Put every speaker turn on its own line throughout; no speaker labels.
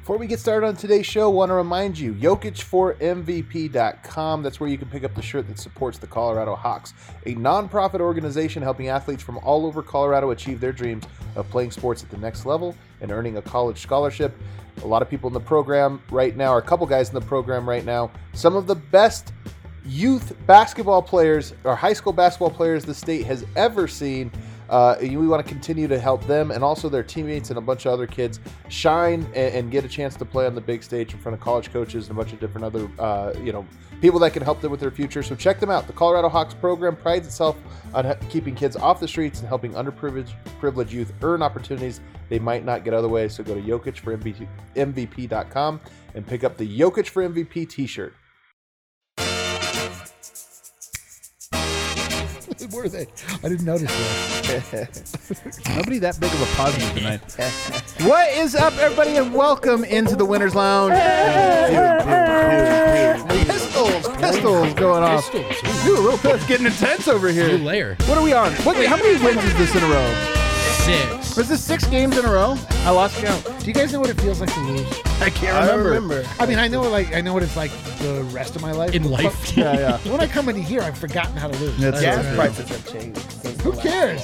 Before we get started on today's show, want to remind you, Jokic4MVP.com. That's where you can pick up the shirt that supports the Colorado Hawks, a nonprofit organization helping athletes from all over Colorado achieve their dreams of playing sports at the next level and earning a college scholarship. A lot of people in the program right now, or a couple guys in the program right now, some of the best youth basketball players or high school basketball players the state has ever seen. Uh, and we want to continue to help them and also their teammates and a bunch of other kids shine and, and get a chance to play on the big stage in front of college coaches and a bunch of different other, uh, you know, people that can help them with their future. So check them out. The Colorado Hawks program prides itself on he- keeping kids off the streets and helping underprivileged privileged youth earn opportunities they might not get otherwise. So go to Jokic for MVP, MVP.com and pick up the Jokic for MVP t-shirt.
Were they? I didn't notice that.
Nobody that big of a positive tonight.
What is up, everybody, and welcome into the Winners Lounge. pistols, pistols going
Uh,
off.
Pistols.
Dude, real pissed, getting intense over
New
here.
layer.
What are we on? What, wait, how many wins is this in a row?
Six.
Was this six games in a row?
I lost count.
Do you guys know what it feels like to lose?
I can't
I
remember.
remember. I mean, I know like I know what it's like the rest of my life.
In
but
life.
Yeah, yeah.
When I come into here, I've forgotten how to lose.
That's
Like,
right.
yeah.
prices have changed. Since
Who cares?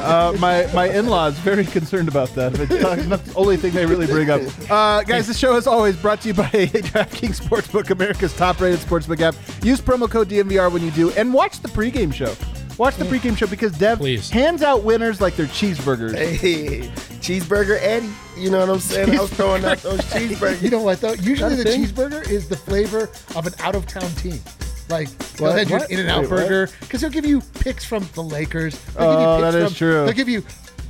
Uh, my my in laws very concerned about that. It's not, not the only thing they really bring up.
Uh, guys, this show is always brought to you by DraftKings Sportsbook, America's top-rated sportsbook app. Use promo code DMVR when you do, and watch the pregame show. Watch the pregame show because Dev
Please.
hands out winners like they're cheeseburgers.
Hey, cheeseburger Eddie. You know what I'm saying? I was throwing out those cheeseburgers.
You know what though? Usually
That
the
thing?
cheeseburger is the flavor of an out-of-town team. Like they'll
What?
hand you an
What?
In-N-Out
Wait, what?
burger because they'll give you picks from the Lakers. They'll
Oh,
give you picks
that is
from,
true.
They'll give you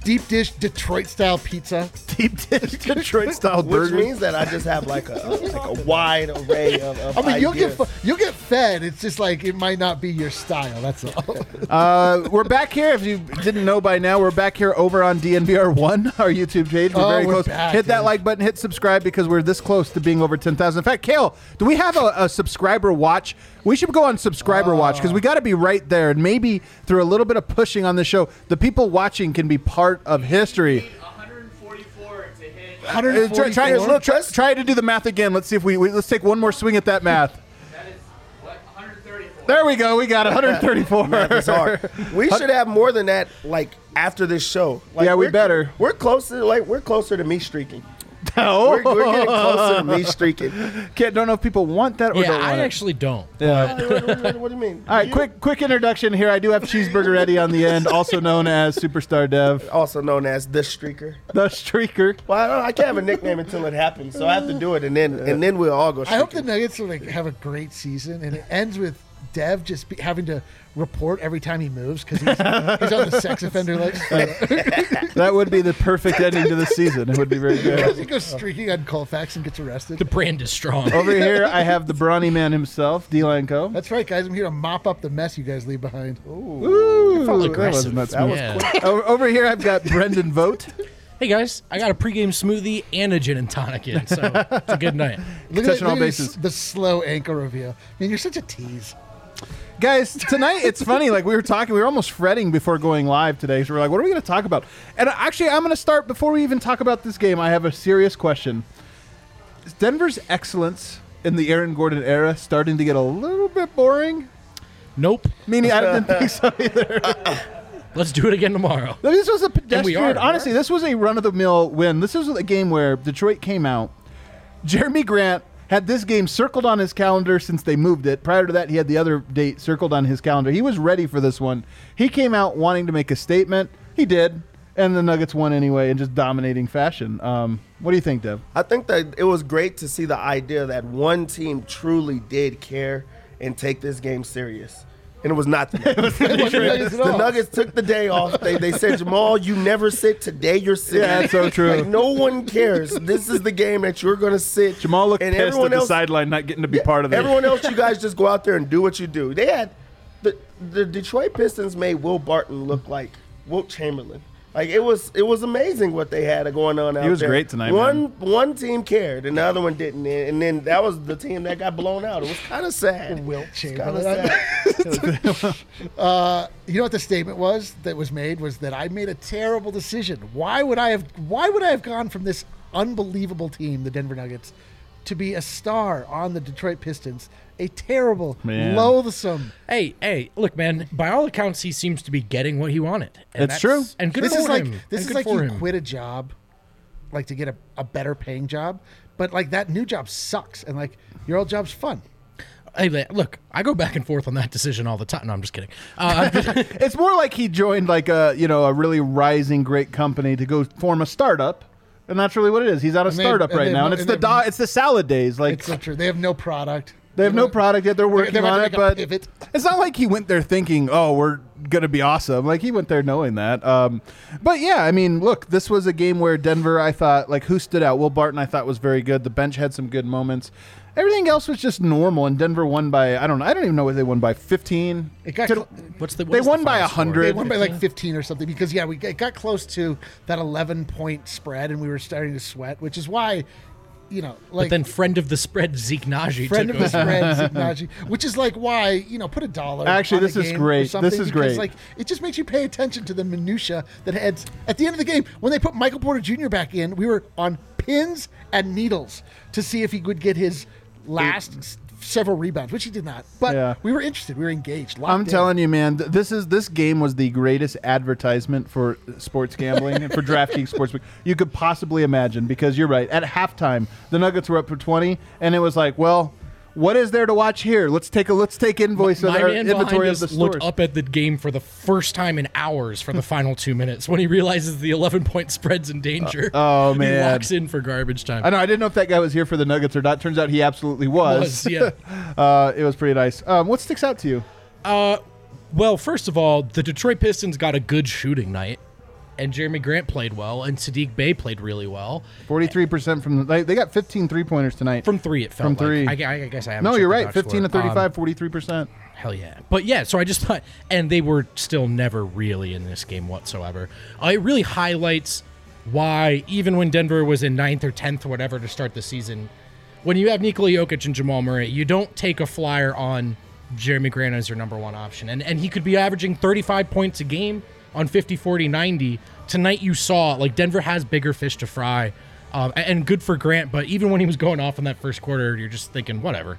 deep dish Detroit style pizza.
Deep dish Detroit style
which
burger.
means that I just have like a like a wide array of. of
I mean, you'll get
ideas.
fu- you'll get fed. It's just like it might not be your style. That's all.
Uh, we're back here. If you didn't know by now, we're back here over on DNVR One, our YouTube page. We're
Oh,
very
we're
close.
back,
hit that
dude.
like button. Hit subscribe because we're this close to being over ten thousand. In fact, Kale, do we have a, a subscriber watch? We should go on subscriber watch because we got to be right there. And maybe through a little bit of pushing on the show, the people watching can be part of history.
144 to hit.
Uh, try, try,
no
look, try,
trust.
try to do the math again. Let's see if we, we let's take one more swing at that math.
That is what 134.
There we go. We got 134.
It's hard. We should have more than that. Like after this show. Like,
Yeah, we
we're-
better.
We're closer. Like we're closer to me streaking.
Oh.
We're, we're getting closer to me streaking.
Can't, don't know if people want that or
Yeah,
don't want
I
it.
actually don't.
Yeah.
what, what- what- what do you mean?
All right,
You-
quick quick introduction here. I do have Cheeseburger Eddie on the end, also known as Superstar Dev,
Also known as the streaker.
the Streaker.
Well, I, don't, I can't have a nickname until it happens, so I have to do it, and then and then we'll all go. Streaking.
I hope the Nuggets like have a great season, and it ends with Dev just be, having to report every time he moves because he's, he's on the sex offender list
That would be the perfect ending to the season. It would be very
because
good.
he goes streaking on Colfax and gets arrested.
The brand is strong.
Oh.
Over here, I have the brawny man himself, D Line Co.
That's right, guys. I'm here to mop up the mess you guys leave behind.
Ooh,
felt
that wasn't
aggressive.
that
That
smooth.
was Yeah.
Over over here, I've got Brendan Vote.
Hey guys, I got a pregame smoothie and a gin and tonic in, so it's a good night.
Look
Touching
look
all
this-
bases.
The slow ankle reveal. Man, you're such a tease.
guys tonight it's funny like we were talking we were almost fretting before going live today so we're like what are we going to talk about and actually i'm going to start before we even talk about this game i have a serious question is denver's excellence in the aaron gordon era starting to get a little bit boring
Nope.
meaning i didn't think so either
Let's do it again tomorrow.
I mean, this was a
And we
pedestrian
are.
honestly this was a run-of-the-mill win this was a game where detroit came out jeremy grant had this game circled on his calendar since they moved it. Prior to that, he had the other date circled on his calendar. He was ready for this one. He came out wanting to make a statement. He did, and the Nuggets won anyway in just dominating fashion. Um, what do you think, Dev?
I think that it was great to see the idea that one team truly did care and take this game serious. and it was not the Nuggets. the, Nuggets took the day off. They, they said, Jamal, you never sit. Today you're sitting.
Yeah, that's so true.
Like, no one cares. This is the game that you're going to sit.
Jamal looked
and
pissed at
everyone
the
else,
sideline not getting to be part of that.
Everyone else, you guys just go out there and do what you do. They had the the Detroit Pistons made Will Barton look like Wilt Chamberlain. Like it was it was amazing what they had going on out there.
was great tonight,
One
man.
one team cared and the other one didn't, and then that was the team that got blown out. It was kind of sad.
Wilt
Kind of
Chamberlain.
sad.
Uh, you know what the statement was that was made was that I made a terrible decision. Why would I have? Why would I have gone from this unbelievable team, the Denver Nuggets, to be a star on the Detroit Pistons? A terrible,
Man.
loathsome.
Hey, hey, look, man. By all accounts, he seems to be getting what he wanted. And
That's true.
And good
this
for
is like
him.
this
and
is
good
like
for
you
him.
quit a job, like to get a, a better paying job, but like that new job sucks, and like your old job's fun.
Hey, man, look, I go back and forth on that decision all the time. No, I'm just kidding. Uh,
It's more like he joined like a you know a really rising great company to go form a startup, and that's really what it is. He's at a
And they-
startup
and
right
they-
now, and it's
and
the
they-
do- it's the salad days. Like
It's not true. They have no product.
they have no product yet; they're working
they're
on
about
it.
to
But
make a pivot.
it's not like he went there thinking, "Oh, we're gonna be awesome." Like he went there knowing that. Um, but yeah, I mean, look, this was a game where Denver. I thought like who stood out? Will Barton, I thought was very good. The bench had some good moments. Everything else was just normal, and Denver won by I don't know. I don't even know what they won by fifteen.
It got
To-
cl-
what's the?
They
what's the
won by
final
100.
score?
They won by like 15 or something because yeah, we it got close to that 11 point spread and we were starting to sweat, which is why, you know, like
But then friend of the spread Zeke Naji
friend
took
of the
over.
spread, Zeke Naji, which is like why you know put a dollar.
Actually,
on the
this is
game
great.
or
This
something
is
because,
great.
Like it just makes you pay attention to the minutia that adds at the end of the game when they put Michael Porter Jr. back in. We were on pins and needles to see if he would get his last. s- Several rebounds, which he did not, but
Yeah.
we were interested. We were engaged.
I'm telling you, man, th- this is this game was the greatest advertisement for sports gambling and for DraftKings Sportsbook you could possibly imagine. Because you're right, at halftime the Nuggets were up for 20, and it was like, well, what is there to watch here? Let's take a let's take invoice of
My
our
man behind
inventory of
us
the
looked
stores.
up at the game for the first time in hours for the final two minutes when he realizes the 11 point spread's in danger.
oh, man.
He walks in for garbage time.
I know I didn't know if that guy was here for the Nuggets or not. Turns out he absolutely was.
Was, yeah.
uh, it was pretty nice. Um, what sticks out to you?
Uh, well, first of all, the Detroit Pistons got a good shooting night, and Jeremy Grant played well, and Sadiq Bay played really well
43% from the, they, they got 15 three pointers tonight.
from three. It felt
From
like.
three.
I, gu- I guess I haven't.
no,
checked
you're
the
right.
box score.
15 to 35,
Um,
43%.
Hell yeah. But yeah, so I just thought, and they were still never really in this game whatsoever. Uh, it really highlights why, even when Denver was in ninth or 10th or whatever to start the season, when you have Nikola Jokic and Jamal Murray, you don't take a flyer on Jeremy Grant as your number one option. And, and he could be averaging 35 points a game on 50, 40, 90. Tonight you saw, like, Denver has bigger fish to fry. Um, a- and good for Grant, but even when he was going off in that first quarter, you're just thinking, whatever.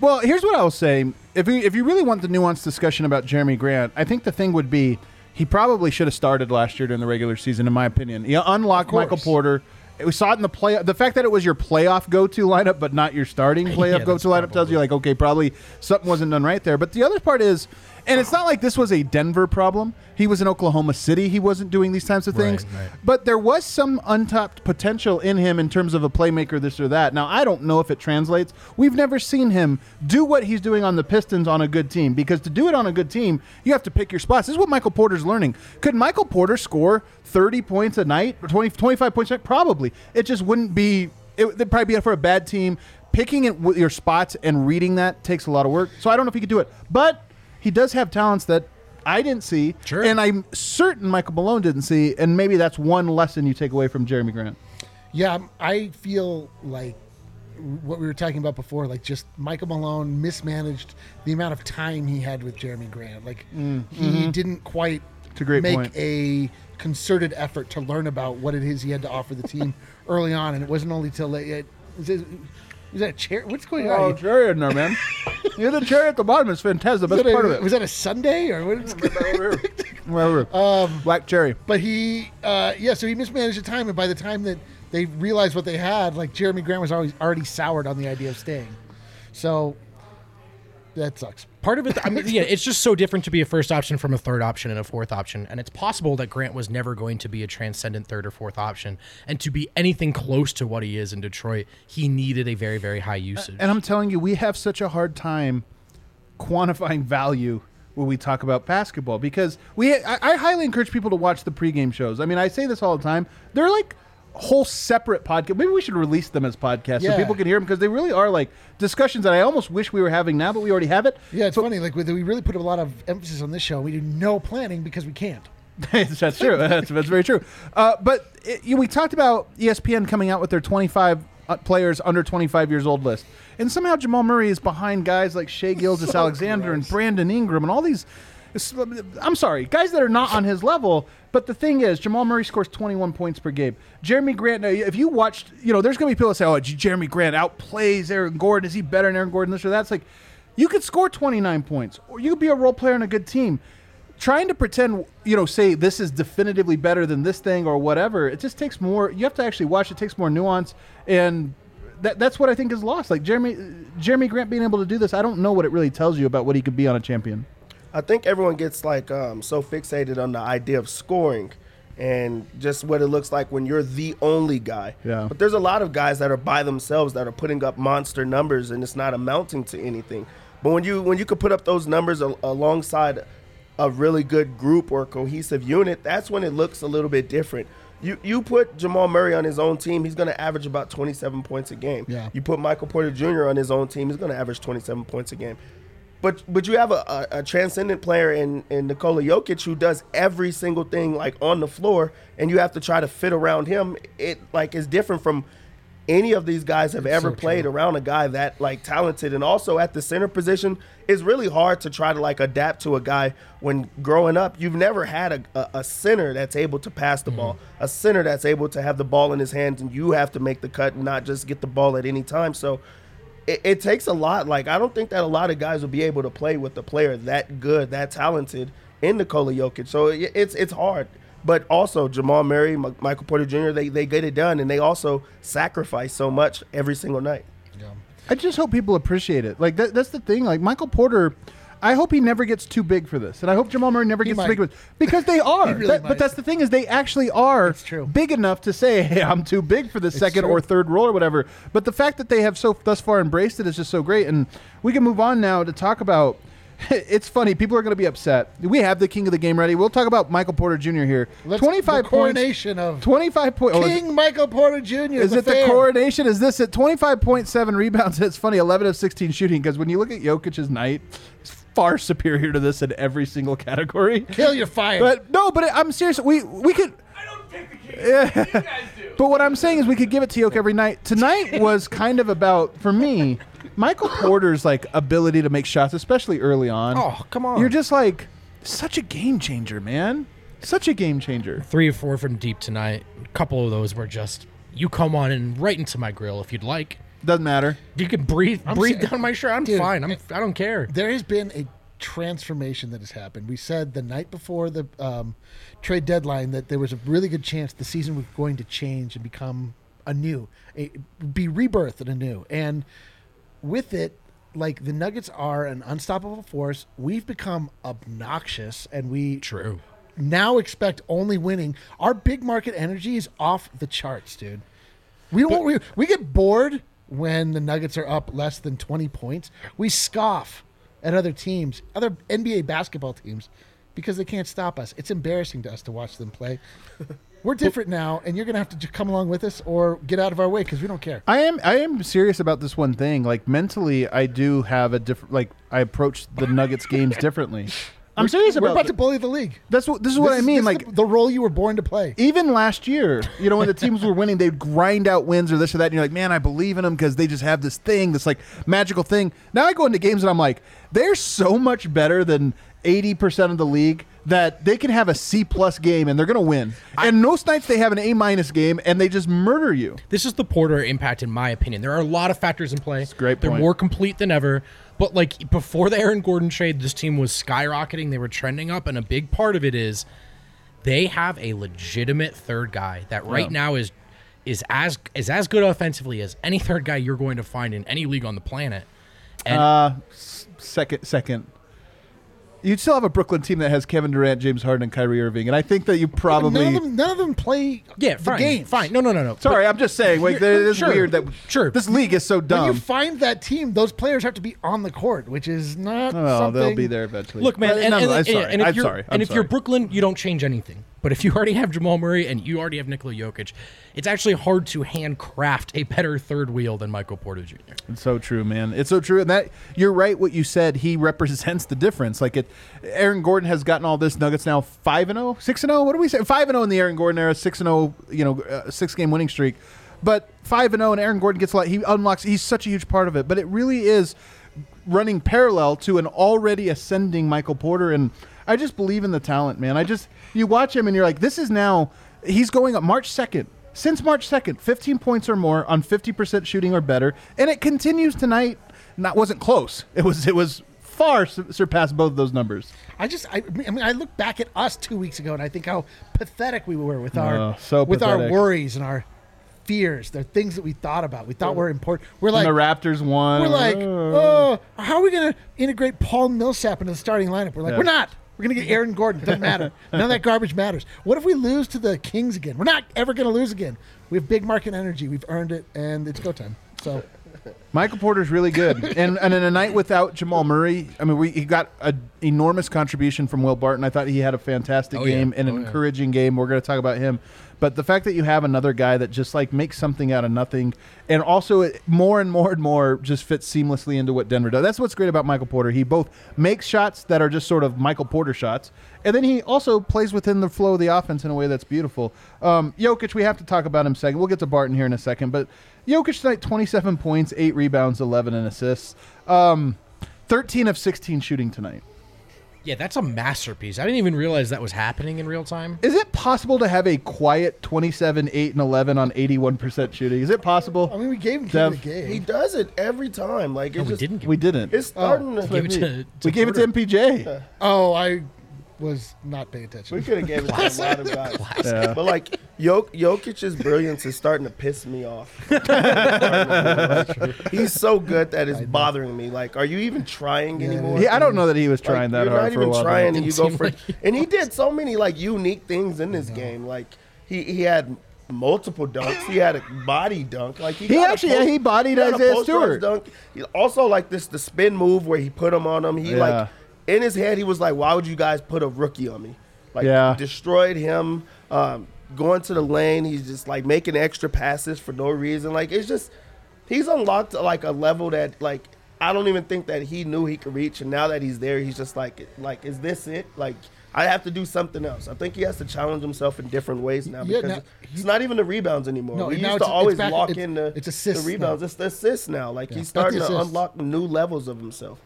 Well, here's what I'll say. If you if you really want the nuanced discussion about Jeremy Grant, I think the thing would be he probably should have started last year during the regular season, in my opinion. He unlocked Michael Porter. We saw it in the play. The fact that it was your playoff go-to lineup, but not your starting playoff
that's
go-to lineup, tells you like, okay, probably something wasn't done right there. But the other part is, and it's not like this was a Denver problem. He was in Oklahoma City. He wasn't doing these types of things.
right.
But there was some untapped potential in him in terms of a playmaker, this or that. Now, I don't know if it translates. We've never seen him do what he's doing on the Pistons on a good team because to do it on a good team, you have to pick your spots. This is what Michael Porter's learning. Could Michael Porter score 30 points a night or 20, 25 points a night? Probably. It just wouldn't be, it would it'd probably be for a bad team. Picking it with your spots and reading that takes a lot of work. So I don't know if he could do it. But he does have talents that I didn't see.
Sure.
And I'm certain Michael Malone didn't see, and maybe that's one lesson you take away from Jeremy Grant.
Yeah, I'm- I feel like what we were talking about before, like just Michael Malone mismanaged the amount of time he had with Jeremy Grant. Like he didn't quite
Mm, mm-hmm. a great
make
point.
a concerted effort to learn about what it is he had to offer the team early on, and it wasn't only till late. It, is, it, is that a chair? What's going on? You-
cherry in there, man. You're the cherry at the bottom. It's fantastic.
was,
That's
that
part
a,
of
was
it.
that a Sunday or what? Is,
Um, Black cherry.
But he, uh, yeah, so he mismanaged the time, and by the time that they realized what they had, like Jeremy Grant was always already soured on the idea of staying. So that sucks.
part of it i mean yeah it's just so different to be a first option from a third option and a fourth option and it's possible that grant was never going to be a transcendent third or fourth option and to be anything close to what he is in detroit he needed a
Uh,
very very high usage
And I'm telling you, we have such a hard time quantifying value when we talk about basketball because we I, I highly encourage people to watch the pregame shows. I mean, I say this all the time. They're like whole separate podcast. Maybe we should release them as podcasts so
Yeah.
people can hear them because they really are like discussions that I almost wish we were having now, but we already have it.
Yeah, it's funny. Like we we really put a lot of emphasis on this show. We do no planning because we can't.
that's true. That's, that's very true. Uh, but it, you, we talked about E ESPN coming out with their 25 uh, players under 25 years old list, and somehow Jamal Murray is behind guys like Shea Gilgis Alexander and Brandon Ingram and all these. it's- I'm sorry, guys that are not on his level. But the thing is, Jamal Murray scores 21 points per game. Jeremy Grant, now, if you watched, you know, there's going to be people that say, "Oh, J- Jeremy Grant outplays Aaron Gordon. Is he better than Aaron Gordon?" This or that. It's like you could score 29 points, or you could be a role player on a good team trying to pretend you know say this is definitively better than this thing or whatever it just takes more you have to actually watch it takes more nuance and that, that's what i think is lost like jeremy jeremy grant being able to do this i don't know what it really tells you about what he could be on a champion
I think everyone gets like um, so fixated on the idea of scoring and just what it looks like when you're the only guy.
Yeah.
But there's a lot of guys that are by themselves that are putting up monster numbers and it's not amounting to anything. But when you when you could put up those numbers al- alongside a really good group or cohesive unit, that's when it looks a little bit different. You you put Jamal Murray on his own team, he's going to average about 27 points a game.
Yeah.
You put Michael Porter Jr. on his own team, he's going to average 27 points a game. But but you have a, a, a transcendent player in, in Nikola Jokic who does every single thing like on the floor, and you have to try to fit around him. It like is different from any of these guys have ever played around a guy that like talented, and also at the center position, it's really hard to try to like adapt to a guy when growing up you've never had a, a, a center that's able to pass the ball, a center that's able to have the ball in his hands, and you have to make the cut and not just get the ball at any time. So it, it takes a lot. Like I don't think that a lot of guys will be able to play with a player that good, that talented in Nikola Jokic. So it, it's it's hard. But also Jamal Murray, M- Michael Porter Jr. They they get it done, and they also sacrifice so much every single night.
I just hope people appreciate it. Like that, that's the thing. Like Michael Porter, I hope he never gets too big for this, and I hope Jamal Murray never gets too
might.
big for this because they are.
really
That- but
might.
that's the thing is they actually are
true.
big enough to say, "Hey, I'm too big for the second or third role or whatever." But the fact that they have so thus far embraced it is just so great, and we can move on now to talk about. It's funny. People are going to be upset. We have the king of the game ready. We'll talk about Michael Porter Jr. here.
Let's-
Twenty-five
the
points.
coronation of
Twenty-five oh, points.
King Michael Porter Jr.
Is it the
fair.
coronation? Is this at 25.7 rebounds? It's funny, 11 of 16 shooting, because when you look at Jokic's night, it's far superior to this in every single category.
Kill your fire.
But no, but I'm serious. We we could.
I don't pick the games. Yeah. You guys do.
But what I'm saying is, we could give it to Yoke every night. Tonight was kind of about, for me, Michael Porter's like ability to make shots, especially early on.
Oh, come on.
You're just like such a game changer, man. Such a game changer.
Three or four from deep tonight. A couple of those were just you come on and right into my grill if you'd like.
Doesn't matter.
You can breathe breathe
sa-
down my shirt. I'm
Dude,
fine. I'm I don't care.
there has been a transformation that has happened. We said the night before the um, trade deadline that there was a really good chance the season was going to change and become anew, a, be rebirthed anew. And with it, like the Nuggets are an unstoppable force. We've become obnoxious, and we
True.
now expect only winning. Our big market energy is off the charts, dude. We don't. We, we get bored when the Nuggets are up less than twenty points. We scoff at other teams, other NBA basketball teams, because they can't stop us. It's embarrassing to us to watch them play. We're different now, and you're gonna have to j- come along with us or get out of our way because we don't care.
I am I am serious about this one thing. Like mentally, I do have a different. Like I approach the Nuggets games differently. I'm serious
We're
about.
about
thi-
to bully the league.
that's what this is what
This
I
is-
mean.
this
Like
is the, the role you were born to play.
even last year, you know, when the teams were winning, they'd grind out wins or this or that, and you're like, man, I believe in them because they just have this thing, this like magical thing. Now I go into games and I'm like, they're so much better than 80% of the league that they can have a C plus game and they're gonna win. and most nights they have an A minus game and they just murder you.
This is the Porter impact, in my opinion. There are a lot of factors in play. It's
a great
They're
point.
more complete than ever. But like before the Aaron Gordon trade, this team was skyrocketing. They were trending up, and a big part of it is they have a legitimate third guy that right now is is as is as good offensively as any third guy you're going to find in any league on the planet.
Uh, s- second, second. you'd still have a Brooklyn team that has Kevin Durant, James Harden, and Kyrie Irving, and I think that you probably.
none of them, none of them play
Yeah,
the
fine,
games.
fine. No, no, no, no.
Sorry, I'm just saying. Like, it
You're-
is
sure,
weird that
sure.
this league is so
When you
dumb.
find that team, those players have to be on the court, which is not.
Oh,
something,
they'll be there eventually.
Look, man,
But-
and,
no,
and-
no, I'm
and-
sorry.
and if
I'm
you're,
sorry. I'm
and if you're
sorry.
Brooklyn, you don't change anything. But if you already have Jamal Murray and you already have Nikola Jokic, it's actually hard to handcraft a better third wheel than Michael Porter Jr.
It's so true, man. It's so true, and that you're right. What you said, he represents the difference. Like it, Aaron Gordon has gotten all this. Nuggets now five and zero, six and zero. What do we say? Five and zero in the Aaron Gordon era, six and zero. You know, uh, six game winning streak, but five and zero, and Aaron Gordon gets a lot. He unlocks. He's such a huge part of it, but it really is running parallel to an already ascending Michael Porter. And I just believe in the talent, man. I just you watch him and you're like, this is now he's going up March second. Since March second, 15 points or more on 50% shooting or better, and it continues tonight. Not wasn't close. It was it was far su- surpassed both those numbers.
I just, I, I mean, I look back at us two weeks ago, and I think how pathetic we were with our,
Oh, so
with our
pathetic.
worries and our fears, the things that we thought about, we thought were important. We're like,
and the Uh. Raptors won.
we're like, oh, how are we going to integrate Paul Millsap into the starting lineup? We're like,
Yeah.
we're not. We're going to get Aaron Gordon. Doesn't matter. None of that garbage matters. What if we lose to the Kings again? We're not ever going to lose again. We have big market energy. We've earned it, and it's go time. So
Michael Porter's really good, and and in a night without Jamal Murray, I mean, we he got an enormous contribution from Will Barton. I thought he had a fantastic
Oh, yeah.
game and
Oh,
an
yeah.
encouraging game. We're going to talk about him, but the fact that you have another guy that just like makes something out of nothing, and also it, more and more and more just fits seamlessly into what Denver does. That's what's great about Michael Porter. He both makes shots that are just sort of Michael Porter shots, and then he also plays within the flow of the offense in a way that's beautiful. Um, Jokic, we have to talk about him second. We'll get to Barton here in a second, but. Jokic tonight, 27 points, 8 rebounds, 11 and assists. Um, 13 of 16 shooting tonight.
Yeah, that's a masterpiece. I didn't even realize that was happening in real time.
Is it possible to have a quiet 27, 8, and 11 on 81% shooting? Is it possible?
I mean, we gave him the
Dev-
He
game.
does it every time. Like
No,
it's
we
just,
didn't. Give
we didn't.
It's starting
we gave
to.
it to, to
we gave it to MPJ.
Oh, I was not paying attention.
We could have gave it to a lot of guys. But like Jok- Jokic's brilliance is starting to piss me off. He's so good that it's bothering me. Like, are you even trying anymore?
He- I don't know that he was
Like,
trying that
you're
hard
not
for
even
a while.
trying,
though.
and you
Didn't
go
seem
for.
like-
and he did so many like unique things in this game. Like he, he had multiple dunks. He had a body dunk. Like he,
He
got a
actually- yeah, he bodied
got a
Isaiah
post rush
Stewart.
Dunk. He also like this the spin move where he put him on him. He
Yeah.
like in his head he was like, why would you guys put a rookie on me? Like
Yeah.
destroyed him. Um, going to the lane, he's just like making extra passes for no reason. Like it's just he's unlocked like a level that like I don't even think that he knew he could reach. And now that he's there, he's just like like is this it? Like I have to do something else. I think he has to challenge himself in different ways now
Yeah,
because
now-
it's not even the rebounds anymore.
No,
we
now
used
it's-
to
it's
always
back-
lock
it's-
in the,
it's assists
the rebounds. It's the assists now. Like he's
Not the
starting to
assists.
unlock new levels of himself.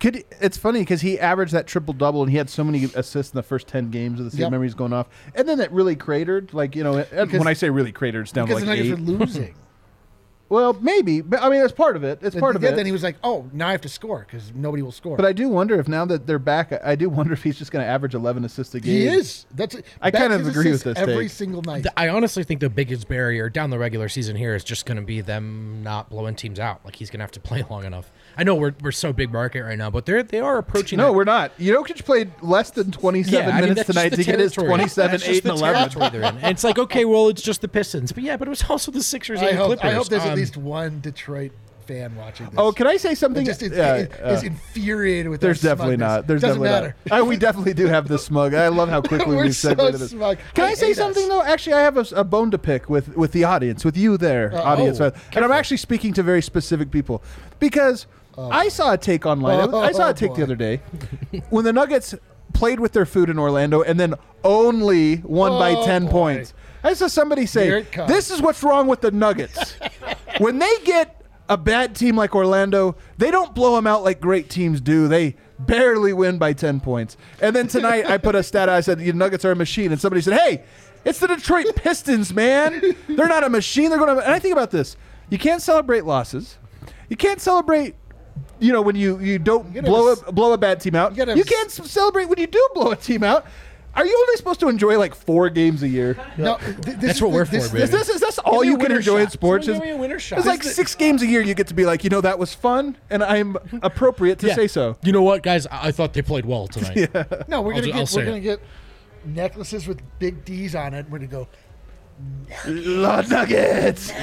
Could, it's funny because he averaged that triple double and he had so many assists in the first 10 games of the season.
Yep.
Remember, he's going off. And then it really cratered. Like, you know, it- when I say really cratered, it's down to
because
like
the Nuggets
eight.
were losing.
well, maybe. But I mean, that's part of it. It's part of
yeah,
it.
Then he was like, oh, now I have to score because nobody will score.
But I do wonder if now that they're back, I- I do wonder if he's just going to average 11 assists a game.
he is. That's.
I
that's
kind of
his
agree with
assist
this
Every
take.
single night.
The- I honestly think the biggest barrier down the regular season here is just going to be them not blowing teams out. Like he's going to have to play long enough. I know we're, we're so big market right now, but they're they are approaching.
No,
that-
we're not. Jokic played less than 27
I mean,
minutes
that's just
tonight
the
to get his
territory.
27,
That's just
8, and
the
11.
territory they're in. And it's like, okay, well, it's just the Pistons, but yeah, but it was also the Sixers and
I
the
hope,
Clippers.
I hope there's
Um,
at least one Detroit fan watching this.
Oh, can I say
It
something?
just is,
Yeah,
is-
yeah.
is infuriated with.
There's
our
definitely
smugness.
not. There's
Doesn't
definitely
matter.
not. I, we definitely do have the smug. I love how quickly
We're
we've
so
segued into this.
smug.
Can I,
I
say
hate
something
us.
though? Actually, I have a, s- a bone to pick with with the audience, with you there, audience,
oh,
and I'm actually speaking to very specific people because I saw a take online.
Oh,
I saw a take the
boy.
other day when the Nuggets played with their food in Orlando and then only won by
Oh,
ten
boy.
points. I saw somebody
Here
say,
it comes.
"This is what's wrong with the Nuggets." when they get a bad team like Orlando, they don't blow them out like great teams do. They barely win by 10 points. And then tonight, I put a stat out. I said, The Nuggets are a machine. And somebody said, Hey, it's the Detroit Pistons, man. They're not a machine. They're going to. And I think about this you can't celebrate losses, you can't celebrate. You know when you you don't
gotta
blow
have
a blow a bad team out.
gotta
You,
have
can't s- celebrate when you do blow a team out. Are you only supposed to enjoy like four games a year?
No, th- this
That's
is
what
the-
we're
this-
for,
this-
Is this is this all
me a
you can
winner
enjoy
shot.
in sports?
Someone give
Is-
me a winner shot.
It's like
Is the-
six games a year you get to be like, you know, that was fun, and I'm appropriate to
Yeah.
say so.
You know what, guys? I, I thought they played well tonight.
No, we're
I'll
gonna
ju- I'll
get
say
we're
it.
gonna get necklaces with big D's on it. We're gonna go.
Lord Nuggets.
So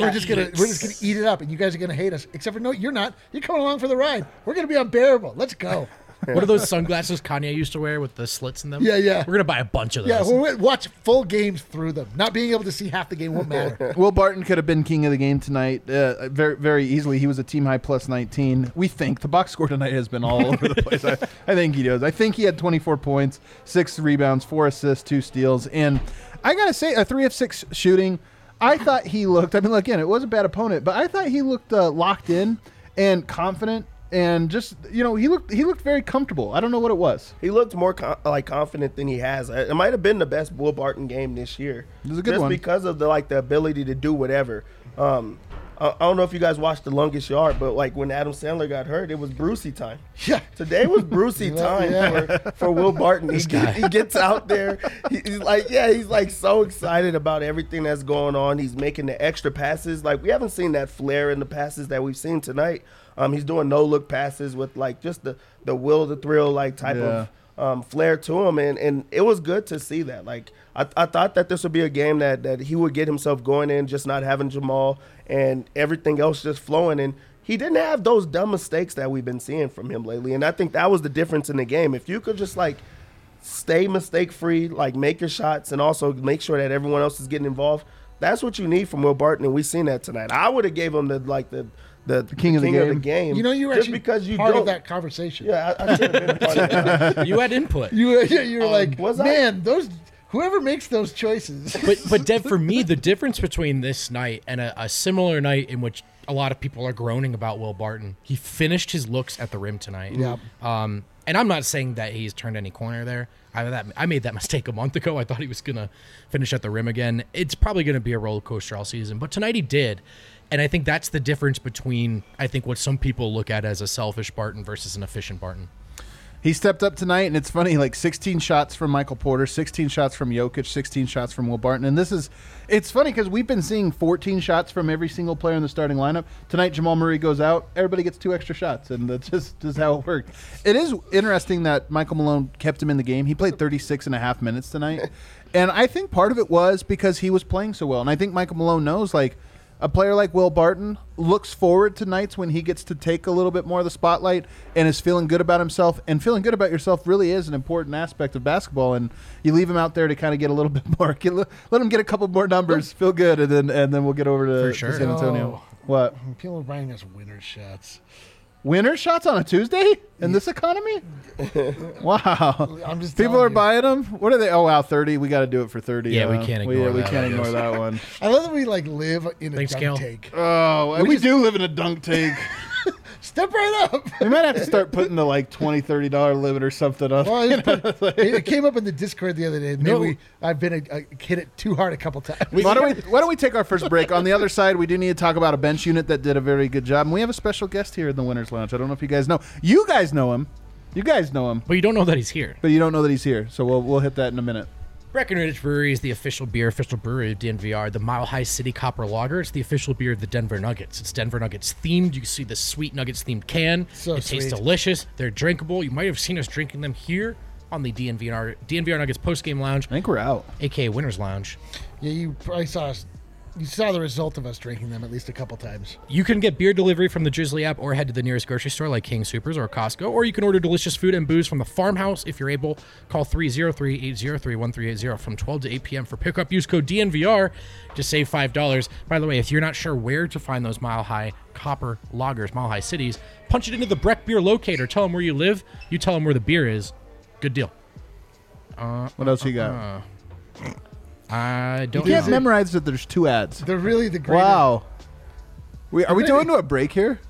we're just gonna we're just gonna eat it up, and you guys are gonna hate us. Except for no, you're not. You're coming along for the ride. We're gonna be unbearable. Let's go.
What are those sunglasses Kanye used to wear with the slits in them?
Yeah, yeah.
We're gonna buy a bunch of those.
Yeah, we'll watch full games through them. Not being able to see half the game won't matter.
Will Barton could have been king of the game tonight uh, very very easily. He was a team high plus 19. We think the box score tonight has been all over the place. I, I think he does. I think he had 24 points, six rebounds, four assists, two steals, and I gotta say a three of six shooting. I thought he looked. I mean, look, again, it was a bad opponent, but I thought he looked uh, locked in and confident, and just you know he looked he looked very comfortable. I don't know what it was.
He looked more con- like confident than he has. Uh, It might have been the best Bull Barton game this year.
It was a good
just
one.
because of the like the ability to do whatever. Um, I, I don't know if you guys watched the longest yard, but like when Adam Sandler got hurt, it was Brucey time.
Yeah.
Today was Brucey time for, for Will Barton. He, get- he gets out there. he- he's like, yeah, he's like so excited about everything that's going on. He's making the extra passes. Like we haven't seen that flair in the passes that we've seen tonight. Um, he's doing no look passes with like just the the will, the thrill, like type
Yeah.
of um, flair to him, and, and it was good to see that. Like I, I thought that this would be a game that that he would get himself going in, just not having Jamal and everything else just flowing. And he didn't have those dumb mistakes that we've been seeing from him lately. And I think that was the difference in the game. If you could just like stay mistake free, like make your shots, and also make sure that everyone else is getting involved. That's what you need from Will Barton, and we seen that tonight. I would have gave him the like the the,
king of the game.
You know, you were
just
actually
because you
part
don't.
of that conversation.
yeah, I, I should have been part of that.
You had input.
You were, you were like,
Um, was I?
man, those whoever makes those choices.
but but Deb, for me, the difference between this night and a, a similar night in which a lot of people are groaning about Will Barton, he finished his looks at the rim tonight.
Yeah.
Um, and I'm not saying that he's turned any corner there. I that I made that mistake a month ago. I thought he was gonna finish at the rim again. It's probably gonna be a roller coaster all season, but tonight he did. And I think that's the difference between I think what some people look at as a selfish Barton versus an efficient Barton.
He stepped up tonight, and it's funny. Like 16 shots from Michael Porter, 16 shots from Jokic, 16 shots from Will Barton, and this is. It's funny because we've been seeing 14 shots from every single player in the starting lineup. Tonight, Jamal Murray goes out. Everybody gets two extra shots, and that's just, just how it worked. It is interesting that Michael Malone kept him in the game. He played 36 and a half minutes tonight, and I think part of it was because he was playing so well. And I think Michael Malone knows like a player like Will Barton looks forward to nights when he gets to take a little bit more of the spotlight and is feeling good about himself. And feeling good about yourself really is an important aspect of basketball. And you leave him out there to kind of get a little bit more, get, let him get a couple more numbers, feel good, and then and then we'll get over to,
For
to
sure. Oh.
San Antonio. What
People are buying us winner shots.
winner shots on a Tuesday in this economy? wow,
I'm just
people
telling
are
you.
buying them. What are they? Oh wow, thirty. We got to do it for thirty.
Yeah, we
Uh,
can't
We,
ignore
we
that,
can't
I
ignore
guess.
that one.
I love that we like live in a
Thanks,
dunk
Gal.
take.
Oh, we, do live in a dunk tank.
Step right up.
We might have to start putting the like 20 30 dollar limit or something up.
Well, it's put- it, it came up in the Discord the other day. Maybe
No.
we, I've been a, a, hit it too hard a couple times.
why don't we why don't we take our first break? On the other side, we do need to talk about a bench unit that did a very good job. And we have a special guest here in the Winners Lounge. I don't know if you guys know. You guys know him. You guys know him,
But you don't know that he's here.
but you don't know that he's here. So we'll we'll hit that in a minute.
Breckenridge Brewery is the official beer, official brewery of DNVR, the Mile High City Copper Lager. It's the official beer of the Denver Nuggets. It's Denver Nuggets themed. You can see the sweet Nuggets themed can.
So
it tastes
sweet.
delicious. They're drinkable. You might have seen us drinking them here on the DNVR DNVR Nuggets post game lounge,
I think we're out.
aka Winners Lounge.
Yeah, you probably saw us. You saw the result of us drinking them at least a couple times.
You can get beer delivery from the Drizzly app or head to the nearest grocery store like King Supers or Costco, or you can order delicious food and booze from the farmhouse if you're able. Call 303 803 1380 from 12 to 8 p.m. for pickup. Use code DNVR to save $5. By the way, if you're not sure where to find those mile high copper loggers, mile high cities, punch it into the Breck Beer Locator. Tell them where you live, you tell them where the beer is. Good deal.
What else you got?
Uh-huh. I
you
don't
can't
know.
memorize that there's two ads.
They're really the greatest.
Wow. We, are we going to a break here?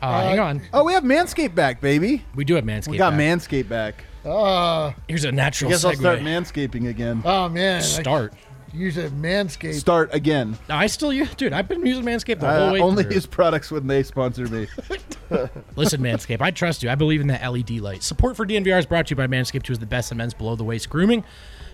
Uh, hang on.
Oh, we have Manscaped back, baby.
We do have Manscaped.
We got
back.
Manscaped back.
Oh,
Here's a natural
Guess I'll
segue.
start manscaping again.
oh man. I-
Start.
Use a manscape.
Start again.
I still use, dude. I've been using Manscaped the
I
whole way.
Uh, only
through.
use products when they sponsor me.
Listen, Manscaped, I trust you. I believe in that LED light. Support for DNVR is brought to you by Manscaped, who is the best in men's below the waist grooming.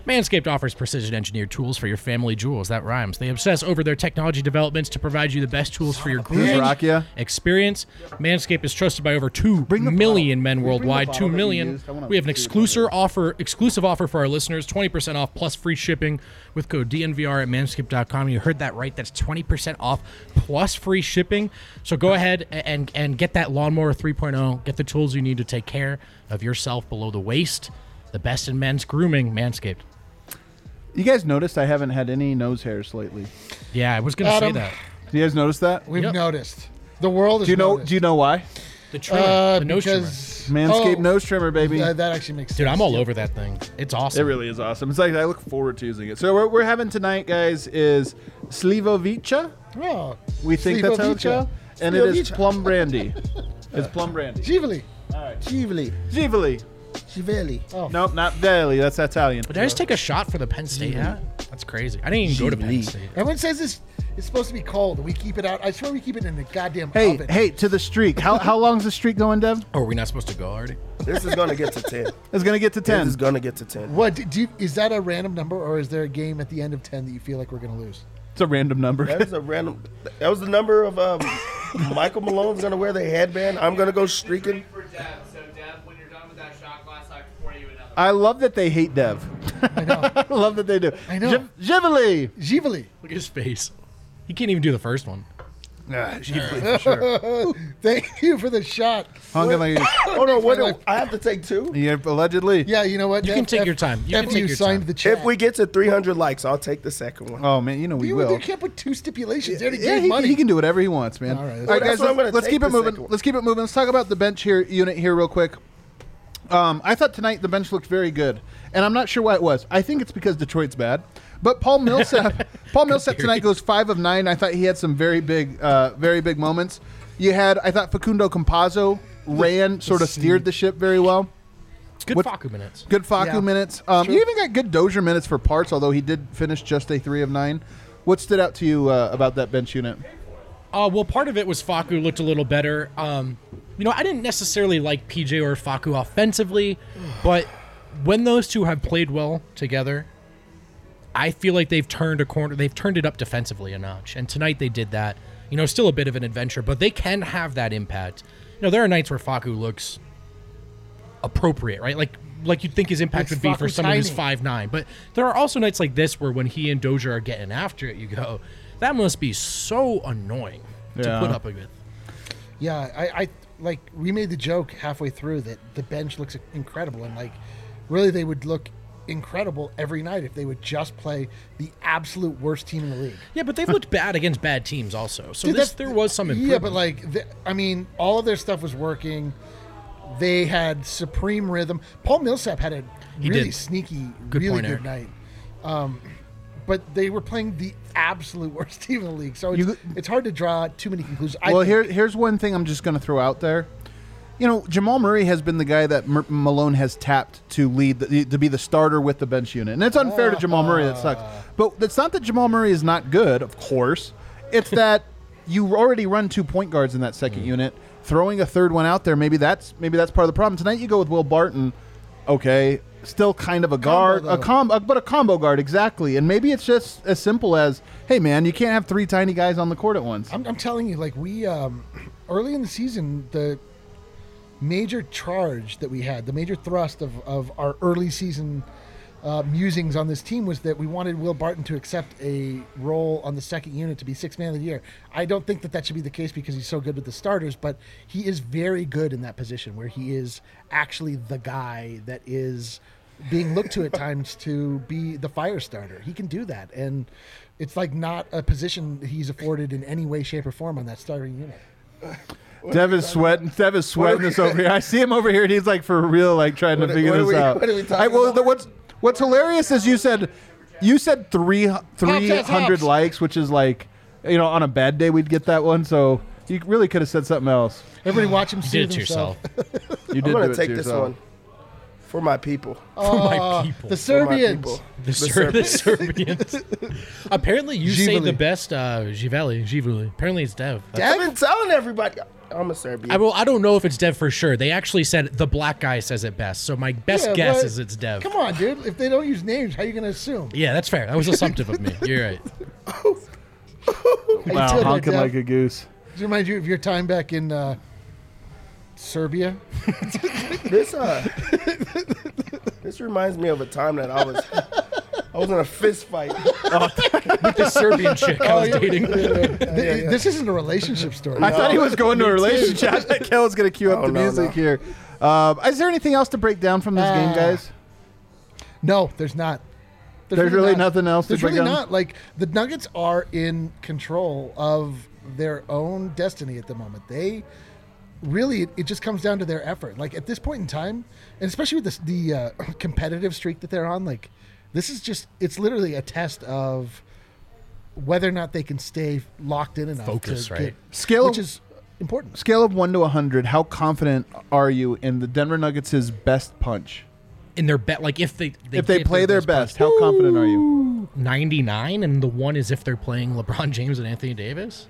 Manscaped offers precision engineered tools for your family jewels. That rhymes. They obsess over their technology developments to provide you the best tools for your grooming
rock ya?
experience. Manscaped is trusted by over two
the
million men
Bring the
worldwide.
bottle
Two
that you
million.
used. I wanna
We have an
see it.
exclusive offer, exclusive offer for our listeners: twenty percent off plus free shipping with code DNVR at manscaped.com. You heard that right. That's twenty percent off plus free shipping. So go ahead a- and and get that lawnmower 3.0. Get the tools you need to take care of yourself below the waist. The best in men's grooming, Manscaped.
You guys noticed I haven't had any nose hairs lately.
Yeah, I was gonna
Adam.
say that.
Do you guys notice that?
We've
Yep.
noticed. The world is.
Do you know? Do you know why?
The trimmer,
uh,
the nose trimmer.
because
Manscaped
oh,
nose trimmer, baby.
uh, that actually makes sense.
Dude, I'm all over that thing. It's awesome.
It really is awesome. It's like I look forward to using it. So what we're having tonight, guys, is slivovica.
Oh,
We think that's how it's
Slivovica.
called, and it is
Slivovica.
plum brandy. it's plum brandy.
Ghibli.
Givli,
Givoli.
Givli. Oh,
Nope, not daily. That's Italian.
Did I just take a shot for the Penn State
Mm-hmm.
hat? That's crazy. I didn't even go to Penn
Gee.
State.
Everyone says this. It's supposed to be cold. We keep it out. I swear we keep it in the goddamn
Hey,
oven.
hey, to the streak. How how long's the streak going, Dev?
Oh, are we not supposed to go already?
this is gonna get to ten.
It's gonna get to
This
ten.
is gonna get to ten.
What do do you, is that a random number, or is there a game at the end of ten that you feel like we're gonna lose?
It's a random
That
number.
was a random. That was the number of um, Michael Malone's gonna wear the headband. I'm gonna go streaking.
For Dev, so Dev, when you're done with that shot glass, I pour you another.
I love that they hate Dev. I know. I love that they do. I
know.
Givoli.
Givli.
Look at his face. He can't even do the first one.
Thank you for the shot.
Hung in the-
Hold on, what do I have to take two?
Yeah, allegedly.
Yeah, you know what?
You can take your time. You
You
can
after
take
you
your
signed
time.
the check,
If we get to 300 likes, I'll take the second one.
Oh man, you know we
you,
will.
you can't put two stipulations. Yeah,
Yeah, he,
money.
he can do whatever he wants, man.
All right,
All right,
that's-
Well,
guys,
that's what I'm
let's,
gonna
let's
take
keep it
the
moving.
second one.
Let's keep it moving. Let's talk about the bench here unit here real quick. Um, I thought tonight the bench looked very good, and I'm not sure why it was. I think it's because Detroit's bad. But Paul Millsap, Paul Millsap tonight goes five of nine. I thought he had some very big, uh, very big moments. You had, I thought Facundo Campazzo ran, sort of steered the ship very well.
Good
What-
Faku minutes.
Good Faku
Yeah.
minutes. Um, you even got good Dozier minutes for parts, although he did finish just a three of nine. What stood out to you uh, about that bench unit?
Uh, well, part of it was Faku looked a little better. Um, you know, I didn't necessarily like PJ or Faku offensively, but when those two have played well together, I feel like they've turned a corner. They've turned it up defensively a notch, and tonight they did that. You know, still a bit of an adventure, but they can have that impact. You know, there are nights where Faku looks appropriate, right? Like like you'd think his
Like
impact would be for
Faku
someone who's
tiny.
five nine. But there are also nights like this where when he and Doja are getting after it, you go, that must be so annoying to
Yeah.
put up with.
Yeah, I, I like we made the joke halfway through that the bench looks incredible and like really they would look incredible every night if they would just play the absolute worst team in the league.
Yeah, but they've looked bad against bad teams also. So
Dude,
this,
that's-
there was some improvement.
Yeah, but like the, I mean, all of their stuff was working. They had supreme rhythm. Paul Millsap had a
He
really
did.
sneaky,
Good
really
point,
good
Eric.
night. Um, but they were playing the absolute worst team in the league, so it's,
You-
it's hard to draw too many conclusions.
Well,
I think
here, here's one thing I'm just going to throw out there. You know, Jamal Murray has been the guy that M- Malone has tapped to lead, the, to be the starter with the bench unit, and it's unfair to Jamal Murray. That sucks.
Ah.
But it's not that Jamal Murray is not good, of course. It's that you already run two point guards in that second
Hmm.
unit. Throwing a third one out there, maybe that's maybe that's part of the problem. Tonight, you go with Will Barton. Okay, still kind of a guard, a
though.
com, a, but a combo guard exactly. And maybe it's just as simple as, hey man, you can't have three tiny guys on the court at once.
I'm, I'm telling you, like we um, early in the season, the major charge that we had, the major thrust of, of our early season uh, musings on this team was that we wanted Will Barton to accept a role on the second unit to be sixth man of the year. I don't think that that should be the case because he's so good with the starters, but he is very good in that position where he is actually the guy that is being looked to at times to be the fire starter. He can do that, and it's like not a position he's afforded in any way, shape, or form on that starting unit.
Dev is sweating. Dev is sweating this over here. I see him over here, and he's like for real, like trying to
are-
figure
what are
this
we-
out.
what are we talking
I- well,
about?
the- what's what's hilarious is you said you said three three
hops,
hundred
hops.
likes, which is like you know on a bad day we'd get that one. So you really could have said something else.
Everybody watch him
you
see
did it to
themselves.
yourself.
You did
I'm
do
gonna
it
take
to
this
yourself.
one. for my people.
for my people.
Ah, The
For my
Serbians.
people.
The, Ser- the Serbians. Apparently, you say the
Givali.
best uh, Givali. Givali. Apparently, it's Dev.
I've been telling everybody I'm a Serbian.
I will. I don't know if it's Dev for sure. They actually said the black guy says it best. So my best
Yeah,
guess
but-
is it's Dev.
Come on, dude. If they don't use names, how you going to assume?
Yeah, that's fair. That was assumptive of me. You're right.
Hey,
Wow,
Taylor,
honking
Dev,
like a goose.
does it remind you of your time back in uh, Serbia?
This uh, this reminds me of a time that I was I was in a fist fight.
With the Serbian chick
Oh,
I was dating.
Th- This isn't a relationship story.
I thought he was going to a relationship. I thought Kel was going to cue up
Oh,
the
no,
music
no.
here. Um, is there anything else to break down from this game,
Uh,
guys?
No, there's not.
There's really nothing else to
There's
break
really
down?
not. Like the Nuggets are in control of their own destiny at the moment. They really, it, it just comes down to their effort. Like at this point in time, and especially with this, the uh, competitive streak that they're on, like this is just, it's literally a test of whether or not they can stay locked in enough.
Focus,
to
right.
Get,
Scale-
which is important.
Scale of 1 to 100, how confident are you in the Denver Nuggets' best punch?
In their bet, like if they,
if they play their best, how confident are you?
99, and the one is if they're playing LeBron James and Anthony Davis.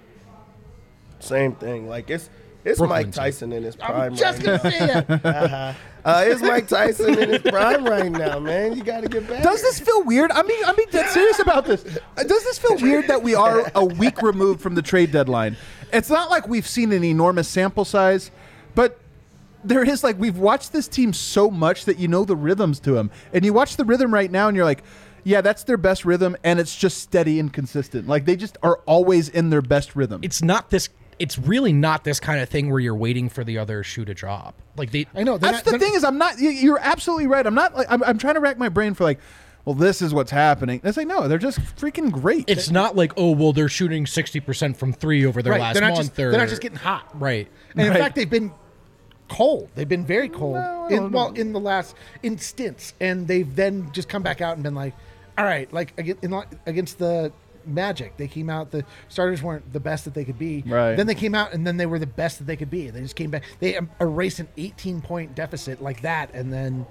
Same thing. Like it's it's
Brooklyn
Mike
team.
Tyson in his prime.
I'm just
right
gonna say that.
now. Uh, it's Mike Tyson in his prime right now, man. You got to get back.
Does this feel weird? I mean, I'm being dead serious about this. Uh, Does this feel weird that we are a week removed from the trade deadline? It's not like we've seen an enormous sample size, but there is like we've watched this team so much that you know the rhythms to them. And you watch the rhythm right now and you're like, yeah, that's their best rhythm and it's just steady and consistent. Like they just are always in their best rhythm.
It's not this. It's really not this kind of thing where you're waiting for the other shoe to drop. Like they,
I know. they're
That's
not-
the
they're-
thing is, I'm not. y- You're absolutely right. I'm not. Like, I'm, I'm trying to rack my brain for like, well, this is what's happening. It's like no, they're just freaking great.
It's not like oh well, they're shooting sixty percent from three over their
Right,
last
they're not
month.
just-
or,
they're not just getting hot.
right?
And in fact, they've been cold. They've been very cold.
I don't
in, well, in the last in stints, and they've then just come back out and been like, "All right, like aga- in li- against the Magic, they came out. The starters weren't the best that they could be.
Right.
Then they came out, and then they were the best that they could be. They just came back. They em- erased an 18 point deficit like that, and then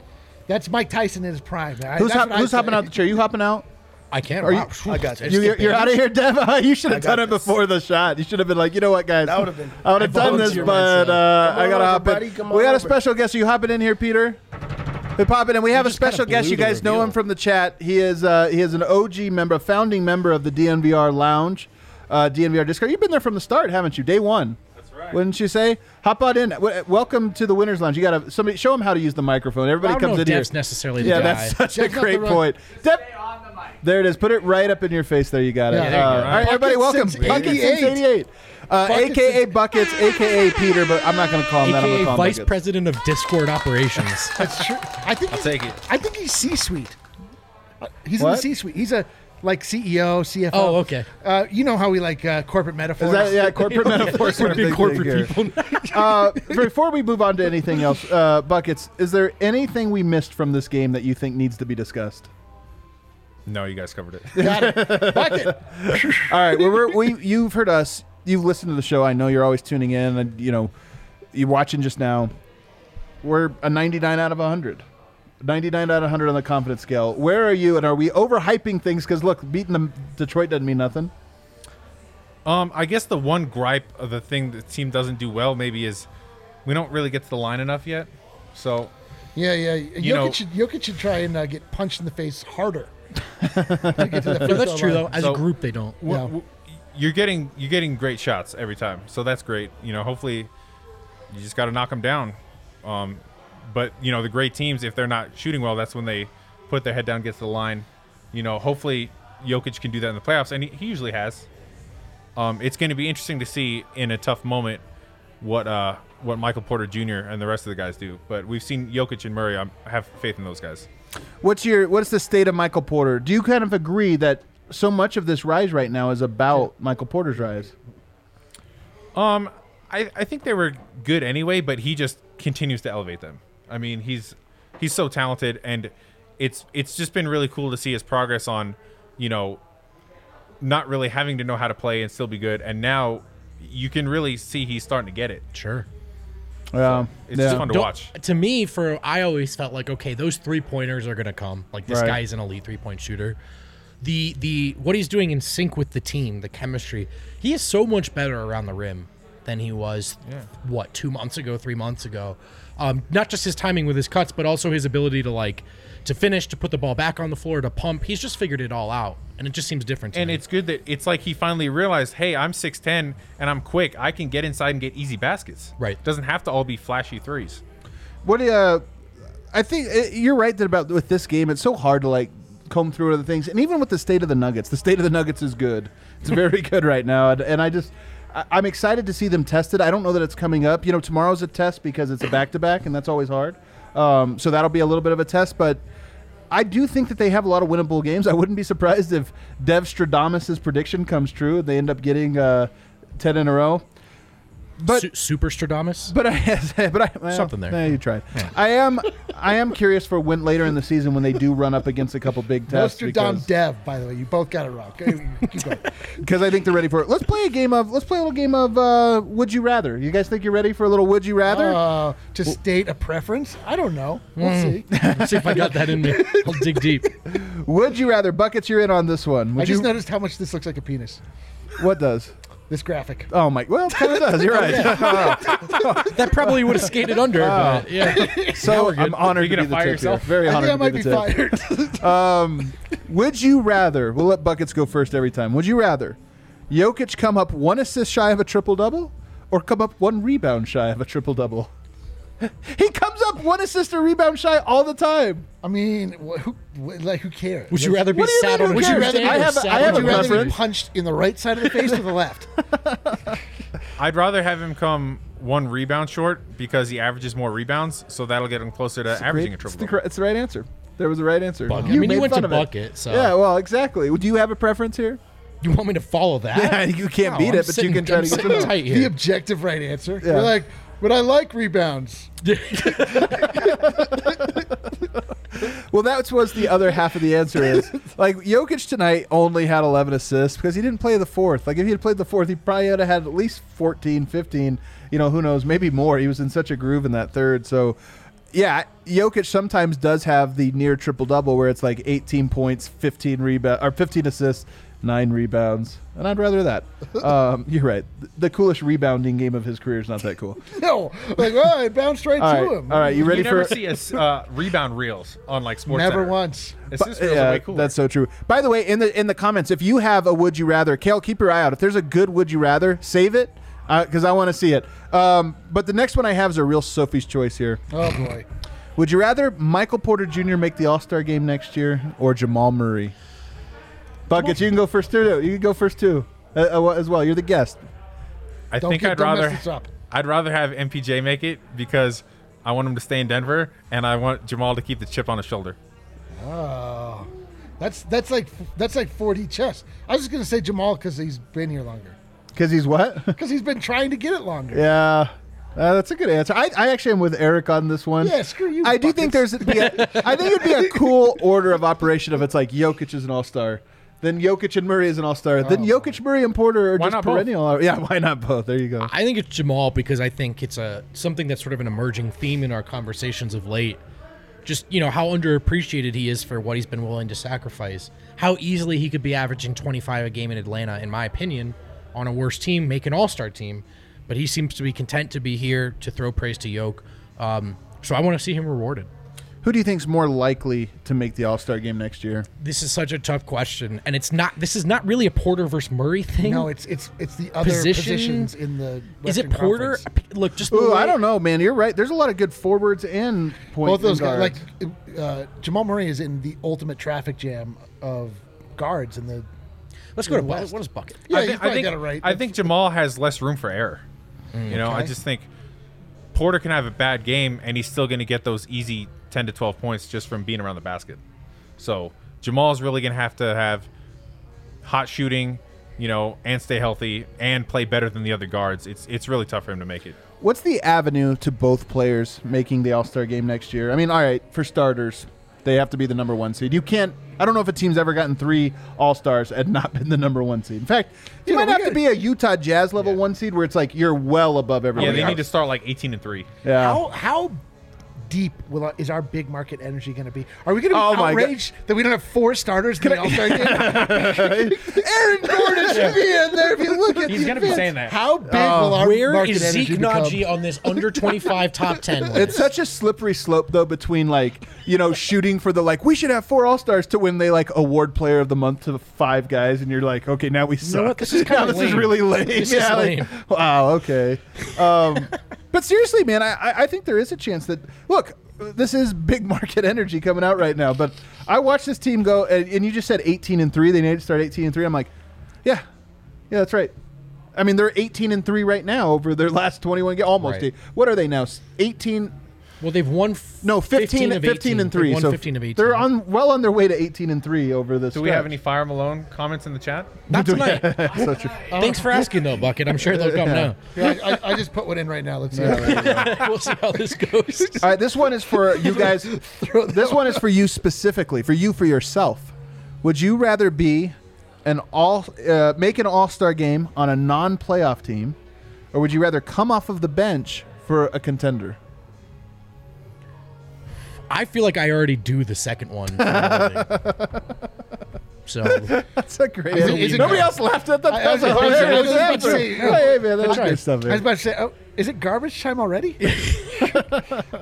that's Mike Tyson in his prime. I-
who's
that's
hop,
what I
who's
say.
hopping out the chair? You hopping out?
I can't.
Are you-
wow.
I got you.
It's
You, you're,
the
you're out of
best.
here, Dev. you should have
I got
done it
this.
before the shot. You should have been like, you know what, guys?
That would've been-
I would have
I
done this,
volunteer
but
myself.
uh,
Come
I
on
gotta
over,
hop
buddy,
in.
come
We got a
on over.
special guest. Are you hopping in here, Peter? We pop in, and we have a
just kinda
special guest.
blew
You
the
guys know
reveal.
him from the chat. He is uh, he is an OG member, a founding member of the DNVR Lounge, uh, DNVR Discord. You've been there from the start, haven't you? Day one. That's right. Wouldn't you say? Hop on in. W- welcome to the Winners Lounge. You gotta somebody show him how to use the microphone.
I
Everybody
don't
comes
know
in
if Dev's
here.
necessarily the
Yeah,
guy.
that's such
Check
a
out the
great
run.
point. Deb-
Stay on the mic.
there it is. Put it right up in your face. There you got it.
Yeah, there you
Uh,
go.
all right, everybody, welcome. Bucket
688.
688. Uh,
Bucket
AKA Buckets, AKA Peter, but I'm not going to call him that. I'm going to
AKA
call him
Vice
Buckets.
President of Discord Operations.
That's true. I think I'll
take it.
I think he's C-suite. Uh, He's in
What?
the C-suite. He's a like E CEO, CFO.
Oh, okay.
Uh, you know how we like uh, corporate metaphors.
Is that, yeah, corporate metaphors.
We're big corporate
Here.
people.
Uh, before we move on to anything else, uh, Buckets, is there anything we missed from this game that you think needs to be discussed?
No, you guys covered it.
All right, well, we're, we you've heard us, you've listened to the show. I know you're always tuning in, and you know you're watching just now. We're a 99 out of 100. 99 out of 100 on the confidence scale. Where are you, and are we overhyping things? Because look, beating them Detroit doesn't mean nothing.
Um, I guess the one gripe of the thing the team doesn't do well maybe is we don't really get to the line enough yet. So
Yeah, yeah. Jokic,
know-
should, Jokic should try and uh, get punched in the face harder. To get to the free
No, that's
throw
true
line.
though. As
So-
a group, they don't.
Yeah.
w- you're getting you're getting great shots every time, so that's great. You know, hopefully you just got to knock them down. Um, but you know, the great teams, if they're not shooting well, that's when they put their head down, gets to the line. You know, hopefully Jokic can do that in the playoffs, and he, he usually has. Um, it's going to be interesting to see in a tough moment what uh, what Michael Porter Jr. and the rest of the guys do. But we've seen Jokic and Murray. I'm, I have faith in those guys.
What's your what's the state of Michael Porter? Do you kind of agree that so much of this rise right now is about Michael Porter's rise?
Um, I, I think they were good anyway, but he just continues to elevate them. I mean, he's he's so talented, and it's it's just been really cool to see his progress on, you know, not really having to know how to play and still be good, and now you can really see he's starting to get it.
Sure.
Yeah.
It's
yeah.
just fun to
Don't-
watch.
To me, for I always felt like okay, those three pointers are gonna come. Like this
Right.
guy is an elite three point shooter. The the what he's doing in sync with the team, the chemistry. He is so much better around the rim than he was what two months ago, three months ago. Um, not just his timing with his cuts, but also his ability to like to finish, to put the ball back on the floor, to pump. He's just figured it all out, and it just seems different. To
And
me.
it's good that it's like he finally realized, hey, I'm 6'10 and I'm quick. I can get inside and get easy baskets.
Right.
Doesn't have to all be flashy threes.
What do you? Uh, I think uh, you're right that about with this game, it's so hard to like comb through other things, and even with the state of the Nuggets, the state of the Nuggets is good. It's very good right now, and, and I just. I- I'm excited to see them tested. I don't know that it's coming up. You know, tomorrow's a test because it's a back to back, and that's always hard. Um, so that'll be a little bit of a test, but I do think that they have a lot of winnable games. I wouldn't be surprised if Dev Stradamus' prediction comes true and they end up getting uh, 10 in a row. But
Su- Super Stradamus.
but I, but I well,
Something there.
Yeah, you tried. I am, I am curious for when later in the season when they do run up against a couple big tests
Nostradam
because,
Dev, by the way. You both got it wrong. Okay, Keep going.
'cause I think they're ready for it. Let's play a game of let's play a little game of uh, Would you rather? You guys think you're ready for a little Would you rather?
Uh, to state a preference? I don't know. We'll
Hmm.
see.
Let's see if I got that in me. I'll dig deep.
would you rather? Buckets, you're in on this one. Would
I just
you?
noticed how much this looks like a penis.
What does?
This graphic.
Oh my! Well, it kind of does. You're right.
That probably would have skated under. But yeah.
so I'm honored
You
to be
gonna
the
fire
tip
yourself?
here. Very
I
honored
think I
to
might
be the
be
tip.
fired.
Um, would you rather? We'll let buckets go first every time. Would you rather Jokic come up one assist shy of a triple double, or come up one rebound shy of a triple double? he comes up one assist or rebound shy all the time.
I mean, wh- who, wh- like, who cares?
Would you rather be
What do you mean,
sat on a
who
Would you
chair
cares?
rather?
stand
I
or
have a-
sat
I have
on
would
a
you rather be
preference.
punched in the right side of the face or the left?
I'd rather have him come one rebound short because he averages more rebounds, so that'll get him closer to averaging a
It's
triple.
the, cor- it's the right answer. There was the right answer.
Bucket. I mean, you
made
went
fun
to
of it.
bucket, so-
yeah. Well, exactly. Do you have a preference here?
You want me to follow that?
Yeah, you can't beat
I'm
it, but you
sitting-
can try
I'm
to get
sitting
to it.
tight
The
here.
objective right answer.
Yeah.
You're like, but I like rebounds.
Well, that was the other half of the answer is like Jokic tonight only had 11 assists because he didn't play the fourth. Like if he had played the fourth, he probably would have had at least 14, 15, you know, who knows, maybe more. He was in such a groove in that third. So, yeah, Jokic sometimes does have the near triple double where it's like 18 points, 15 rebound or 15 assists, 9 rebounds. And I'd rather that. Um, you're right. The coolest rebounding game of his career is not that cool.
No, like, well, it bounced right
All
to
right.
him.
All right, you ready
you never
for
see a s- uh, rebound reels on like sports.
Never
Center.
once.
Assist
Bu-
reels
yeah,
are way cooler.
That's so true. By the way, in the in the comments, if you have a would you rather, Kale, keep your eye out. If there's a good would you rather, save it because I want to see it. Um, but the next one I have is a real Sophie's choice here.
Oh boy.
Would you rather Michael Porter Jr. make the All Star game next year or Jamal Murray? Buckets, you can go first too. You can go first too uh, uh, as well. You're the guest.
I
Don't
think
get,
I'd
don't
rather
mess this up.
I'd rather have MPJ make it because I want him to stay in Denver and I want Jamal to keep the chip on his shoulder.
Oh, that's that's like that's like 40 chess. I was just gonna say Jamal because he's been here longer.
Because he's what?
Because he's been trying to get it longer.
Yeah. Uh, that's a good answer. I, I actually am with Eric on this one.
Yeah, screw you,
I do think there's.
buckets.
Be a, I think it'd be a cool order of operation if it's like Jokic is an all star, then Jokic and Murray is an all star, then
Oh.
Jokic, Murray, and Porter are
Why
just
not both?
perennial. all- Yeah, why not both? There you go.
I think it's Jamal because I think it's a something that's sort of an emerging theme in our conversations of late. Just you know how underappreciated he is for what he's been willing to sacrifice. How easily he could be averaging 25 a game in Atlanta, in my opinion, on a worse team, make an All Star team. But he seems to be content to be here to throw praise to Yoke. Um, so I want to see him rewarded.
Who do you think's more likely to make the all star game next year?
This is such a tough question, and it's not. This is not really a Porter versus Murray thing.
No, it's it's it's the other
Position?
positions in the.
is
Western
it Porter?
Conference.
Look, just the
Ooh, I
way-
don't know, man. You're right. There's a lot of good forwards and point
Both those
and
guys, like
guards.
uh, Jamal Murray, is in the ultimate traffic jam of guards in the.
Let's go to
the
bucket.
West.
What is bucket?
Yeah,
I,
you
think, I,
probably
think,
got it right. Mm,
I think Jamal has less room for error. you know, I
okay.
just think Porter can have a bad game and he's still going to get those easy 10 to 12 points just from being around the basket. So Jamal's really going to have to have hot shooting, you know, and stay healthy and play better than the other guards. It's it's really tough for him to make it.
What's the avenue to both players making the all star game next year? I mean, all right, for starters, They have to be the number one seed. You can't. I don't know if a team's ever gotten three All Stars and not been the number one seed. In fact, you
Yeah,
might
we
have to
gotta-
be a Utah Jazz level one seed where it's like you're well above
Yeah,
everyone.
they
else.
need to start like 18 and three.
Yeah.
How how deep will our, is our big market energy going to be? Are we going to be
Oh my God.
outraged that we don't have four starters in the All Star game?
Aaron Gordon should be in there if you look at
He's gonna be saying that.
How big
Oh.
will our
Where
market
is Zeke
energy become?
Naji on this under 25 top 10 list?
It's such a slippery slope though between like you know shooting for the like we should have four all stars to when they like award player of the month to the five guys and you're like okay now we suck.
know what? This is kinda
Now this is
lame.
really lame.
This is
yeah, like,
lame.
wow. Okay. Um, but seriously, man, I, I- I think there is a chance that look. This is big market energy coming out right now, but I watched this team go, and, and you just said 18 and three. They need to start 18 and three. I'm like, yeah, yeah, that's right. I mean, they're 18 and three right now over their last 21 games. Almost.
Right.
What are they now? 18,
well, they've won f-
no, 15, 15,
of 18.
and
They've
3.
won
So
15 of 18.
They're on well on their way to 18 and 3 over this.
Do we have any Fire Malone comments in the chat?
Not
Do we-
tonight.
so true.
Thanks for asking, though, Bucket. I'm sure they'll come now.
Yeah, I, I- I just put one in right now. Let's see.
we'll see how this goes.
All right, this one is for you guys. this one is for you specifically, for you for yourself. Would you rather be an all uh, make an all-star game on a non-playoff team or would you rather come off of the bench for a contender?
I feel like I already do the second one. for a living. so
That's a great.
Is it- is it
Nobody
gar-
else laughed at that.
I- I
that was
was
a
about to say-
hilarious
I was about to
answer.
say, yeah.
Hey, man, that's
Right.
good stuff.
I was
man.
about to say, oh, is it garbage time already?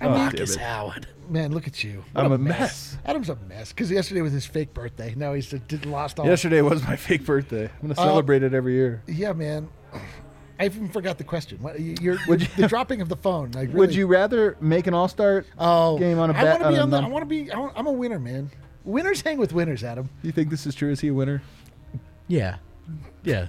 Marcus Howard.
Man, look at you.
I'm a mess.
Adam's a mess because yesterday was his fake birthday. Now he's uh, did, lost all.
Yesterday was my fake birthday. I'm gonna celebrate it every year.
Yeah, man. I even forgot the question. What, you- you're,
Would you-
the dropping of the phone. Like,
Would
really-
you rather make an all-star
Oh,
game on a
I
bat?
want to be on the.
non-
I want to be. I want, I'm a winner, man. Winners hang with winners, Adam.
you think this is true? Is he a winner?
Yeah, yeah.